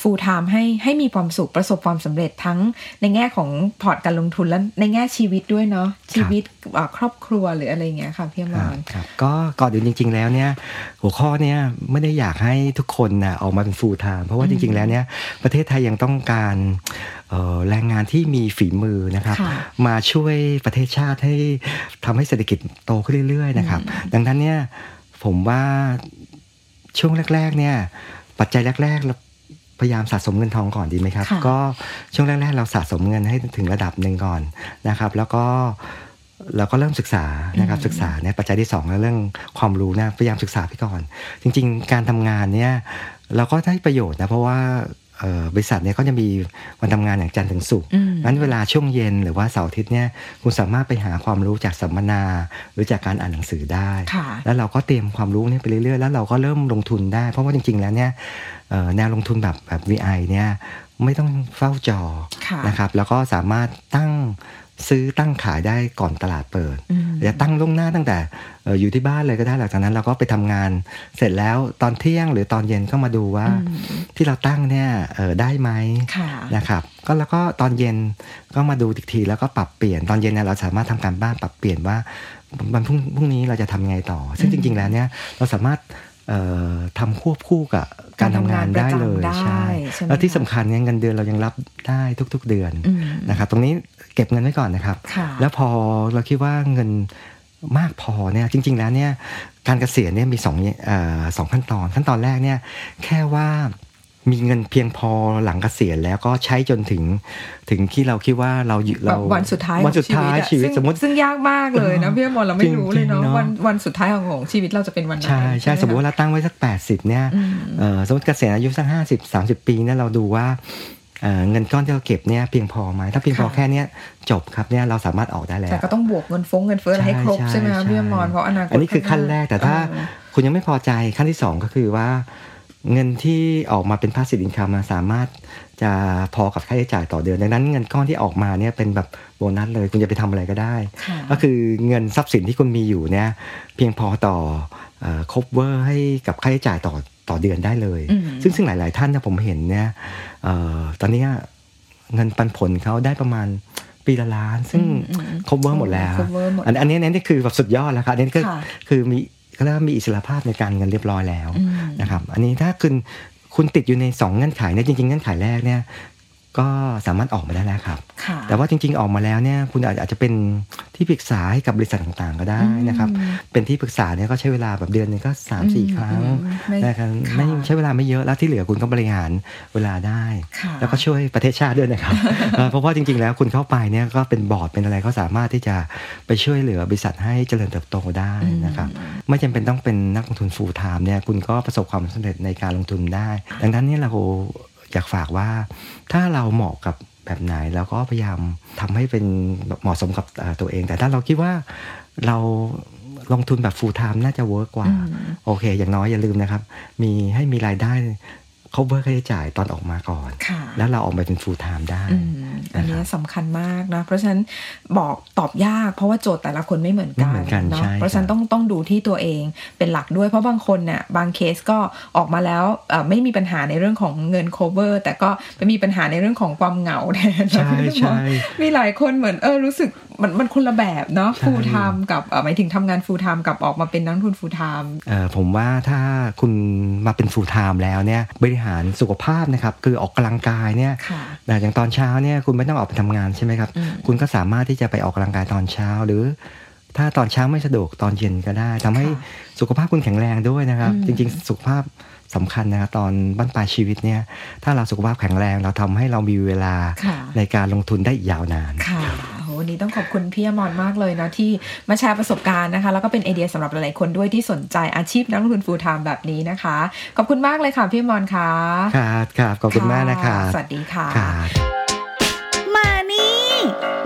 Speaker 2: full time ให้ให้มีความสุขประสบความสำเร็จทั้งในแง่ของพอร์ตการลงทุนและในแง่ชีวิตด้วยเนาะชีวิตเอ่อครอบครัวหรืออะไรอย่างเงี้ยค่ะพี่อม
Speaker 3: าร ครับก็ก่อนอื่นจริง ๆ แล้วเนี่ยหัวข้อเนี่ยไม่ได้อยากให้ทุกคนนะออกมาเป็นฟูลไทม์เพราะว่าจริง ๆ แล้วเนี่ยประเทศไทยยังต้องการเอ่อแรงงานที่มีฝีมือนะครับ
Speaker 2: ค่ะ
Speaker 3: มาช่วยประเทศชาติให้ทำให้เศรษฐกิจโตขึ้นเรื่อย ๆ นะครับ ดังนั้นเนี่ยผมว่าช่วงแรก ๆ เนี่ยปัจจัยแรกๆเราพยายามสะสมเงินทองก่อนดีไหมครับ
Speaker 2: ค่ะ
Speaker 3: ก็ช่วงแรก ๆ เราสะสมเงินให้ถึงระดับหนึ่งก่อนนะครับ แล้วก็ เราก็เริ่มศึกษานะครับศึกษาเนี่ยปัจจัยที่สองเรื่องความรู้นะพยายามศึกษาไปก่อน จริง ๆ การทำงานเนี่ยเราก็ได้ประโยชน์นะเพราะว่าเอ่อบริษัทเนี่ยก็จะมีวันทำงานอย่างจันทร์ถึงศุกร์
Speaker 2: อืม
Speaker 3: งั้นเวลาช่วงเย็นหรือว่าเสาร์อาทิตย์เนี่ยคุณสามารถไปหาความรู้จากสัมมนา หรือจากการอ่านหนังสือได้
Speaker 2: ค่ะ
Speaker 3: แล้วเราก็เตรียมความรู้เนี่ยไปเรื่อยๆ แล้วเราก็เริ่มลงทุนได้ เพราะว่าจริง ๆ แล้วเนี่ยเอ่อแนวลงทุนแบบแบบ VI เนี่ยไม่ต้องเฝ้าจอ
Speaker 2: ค่ะ
Speaker 3: นะครับ แล้วก็สามารถตั้งซื้อตั้งขายได้ก่อนตลาดเปิด
Speaker 2: อืม
Speaker 3: จะตั้งล่วงหน้าตั้งแต่เอ่ออยู่ที่บ้านเลยก็ได้หลังจากนั้นเราก็ไปทำงานเสร็จแล้วตอนเที่ยงหรือตอนเย็นก็มาดูว่า
Speaker 2: อืม
Speaker 3: ที่เราตั้งเนี่ยเอ่อได้ไหม
Speaker 2: ค่ะ
Speaker 3: นะครับก็แล้วก็ตอนเย็นก็มาดูอีกทีแล้วก็ปรับเปลี่ยนตอนเย็นเนี่ยเราสามารถทำการบ้านปรับเปลี่ยนว่าวันพรุ่งพรุ่งนี้เราจะทำยังไงต่อ ซึ่งจริง ๆ แล้วเนี่ยเราสามารถเอ่อทำควบคู่กับการทำงานได้เลย
Speaker 2: การทำงานประจำได้
Speaker 3: ใช่
Speaker 2: ใช่ไหม
Speaker 3: แล้วที่สำคัญเนี่ยเงินเดือนเรายังรับได้ทุก ๆ เดือน
Speaker 2: อืม
Speaker 3: นะครับตรงนี้เก็บเงินไว้ก่อนนะครับ
Speaker 2: ค่ะ
Speaker 3: แล้วพอเราคิดว่าเงินมากพอเนี่ยจริง ๆ แล้วเนี่ยการเกษียณเนี่ยมีสองเอ่อสองขั้นตอน ขั้นตอนแรกเนี่ยแค่ว่ามีเงินเพียงพอหลังเกษียณแล้วก็ใช้จนถึงถึงที่เราคิดว่าเราอยู่
Speaker 2: แบ
Speaker 3: เรา
Speaker 2: บวันสุดท้าย
Speaker 3: วันสุดท้าย
Speaker 2: ของ
Speaker 3: ชีวิต
Speaker 2: อะ
Speaker 3: สมมติ
Speaker 2: ซึ่งยากมากเลยนะ
Speaker 3: เออ
Speaker 2: พี่อมรเราไม่รู้เลยเนาะ
Speaker 3: จริงๆเนอะ
Speaker 2: วันวันสุดท้ายของของชีวิตเราจะเป็นวันไหน
Speaker 3: ใช่ใช่
Speaker 2: ไห
Speaker 3: สมมติว่าเราตั้งไว้สัก 80เนี่ย
Speaker 2: อืม
Speaker 3: เอ่อสมมติเกษียณอายุสัก50 30 ปีเนี่ยเราดูว่าเอ่อเงินก้อนที่เราเก็บเนี่ยเพียงพอไหมถ้าเพียงพอ
Speaker 2: ค่ะ
Speaker 3: แค่เนี้ยจบครับเนี่ยเราสามารถออกได้แล้ว
Speaker 2: แต่ก็ต้องบวกเงินฟงเงินเฟ้ออะไรให้ครบใช่ไหมคะพี่อมรเพราะอนาคต
Speaker 3: อันนี้คือขั้นแรกแต่ถ้า
Speaker 2: เออ
Speaker 3: คุณยังไม่พอใจขั้นที่สองก็คือว่า เงินที่ออกมาเป็นพาสซีฟอินคัมสามารถจะพอกับค่าใช้จ่ายต่อเดือนดังนั้นเงินก้อนที่ออกมาเนี่ยเป็นแบบโบนัสเลยคุณจะไปทำอะไรก็ได้
Speaker 2: ค่ะ
Speaker 3: ก็คือเงินทรัพย์สินที่คุณมีอยู่เนี่ยเพียงพอต่อคบเวอร์ให้กับค่าใช้จ่ายต่อต่อเดือนได้เลย
Speaker 2: อืม
Speaker 3: ซึ่งซึ่งหลาย ๆ ท่านนะผมเห็นเนี่ยเอ่อตอนเนี้ยเงินปันผลเขาได้ประมาณปีละล้าน ซึ่ง
Speaker 2: อืมอืม
Speaker 3: ครบเวอร์หมดแล้ว
Speaker 2: cover หมด
Speaker 3: อันอันนี้อันนี้คือแบบสุดยอดแล้วครับอันนี้ก็
Speaker 2: ค่ะ
Speaker 3: คือมีก็เรียกว่ามีอิสระภาพในการเงินเรียบร้อยแล้ว
Speaker 2: อืม
Speaker 3: นะครับ อันนี้ถ้าคุณคุณติดอยู่ใน 2 เงื่อนไขเนี่ยจริงๆเงื่อนไขแรกเนี่ย ก็สามารถออกมาได้แล้วครับ
Speaker 2: ค่ะ
Speaker 3: แต่ว่าจริงๆออกมาแล้วเนี่ยคุณอาจอาจจะเป็นที่ปรึกษาให้กับบริษัทต่างๆ ก็ได้นะครับ
Speaker 2: อืม
Speaker 3: เป็นที่ปรึกษาเนี่ยก็ใช้เวลาแบบเดือนหนึงก็สามสี่
Speaker 2: อืม
Speaker 3: ครั้ง
Speaker 2: อืมไม่
Speaker 3: นะครับ
Speaker 2: ค่ะ
Speaker 3: ไม่ใช้เวลาไม่เยอะแล้วที่เหลือคุณก็บริหารเวลาได้
Speaker 2: ค่ะ
Speaker 3: แล้วก็ช่วยประเทศชาติด้วยนะครับ เออเพราะว่าจริงๆแล้วคุณเข้าไปเนี่ยก็เป็นบอร์ดเป็นอะไรก็สามารถที่จะไปช่วยเหลือบริษัทให้เจริญเติบโตได้นะครับไม่จำเป็นต้องเป็นนักลงทุน full time เนี่ยคุณก็ประสบความสำเร็จในการลงทุนได้ ดังนั้นเนี่ยเราอยากฝากว่า ถ้าเราเหมาะกับแบบไหนแล้วก็พยายามทำให้เป็นเหมาะสมกับเอ่อตัวเอง แต่ถ้าเราคิดว่าเราลงทุนแบบ full time น่าจะเวิร์กกว่า โอเค อย่างน้อยอย่าลืมนะครับ มีให้มีรายได้ cover ค่าใช้จ่ายตอนออกมาก่อน
Speaker 2: ค่ะ
Speaker 3: แล้วเราออกไปเป็น full time ได้
Speaker 2: อืมอันเนี้ย
Speaker 3: นะครับ
Speaker 2: สำคัญมากนะ เพราะฉะนั้นบอกตอบยากเพราะว่าโจทย์แต่ละคนไม่เหมือนกั
Speaker 3: ไม่เหมือนกัน
Speaker 2: เนาะ
Speaker 3: ใช่ครับ
Speaker 2: เพราะฉะนั้นต้องต้องดูที่ตัวเองเป็นหลักด้วยเพราะบางคนเนี่ยบางเคสก็ออกมาแล้วเอ่อไม่มีปัญหาในเรื่องของเงิน cover แต่ก็ไปมีปัญหาในเรื่องของความเหงาแทน
Speaker 3: ใช่ ใช่
Speaker 2: มีหลายคนเหมือนเออรู้สึกมันมันคนละแบบเนาะ
Speaker 3: ใช่
Speaker 2: full time กับเอ่อหมายถึงทำงาน full time กับออกมาเป็นนักลงทุน full time
Speaker 3: เอ่อผมว่าถ้าคุณมาเป็น full time แล้วเนี่ยบริหารสุขภาพนะครับ คือออกกำลังกายเนี่ย
Speaker 2: ค่ะ
Speaker 3: แต่อย่างตอนเช้าเนี่ยคุณไม่ต้องออกไปทำงานใช่ไหมครับ
Speaker 2: อืม
Speaker 3: คุณก็สามารถที่จะไปออกกำลังกายตอนเช้า หรือ ถ้าตอนเช้าไม่สะดวกตอนเย็นก็ได้ทำให้
Speaker 2: ค่ะ
Speaker 3: สุขภาพคุณแข็งแรงด้วยนะครับ
Speaker 2: อืม
Speaker 3: จริง ๆ สุขภาพสำคัญนะครับตอนบั้นปลายชีวิตเนี่ยถ้าเราสุขภาพแข็งแรงเราทำให้เรามีเวลา
Speaker 2: ค่ะ
Speaker 3: ในการลงทุนได้อีกยาวนาน
Speaker 2: ค่ะโหวันนี้ต้องขอบคุณพี่อมรมากเลยเนาะที่มาแชร์ประสบการณ์นะคะ แล้วก็เป็นไอเดียสำหรับหลายๆคนด้วยที่สนใจอาชีพนักลงทุน full time แบบนี้นะคะ ขอบคุณมากเลยค่ะพี่อมรค่ะ
Speaker 3: ครับครับขอบคุณมากนะครับ
Speaker 2: สวัสดีค่ะ
Speaker 3: ครับ
Speaker 1: Money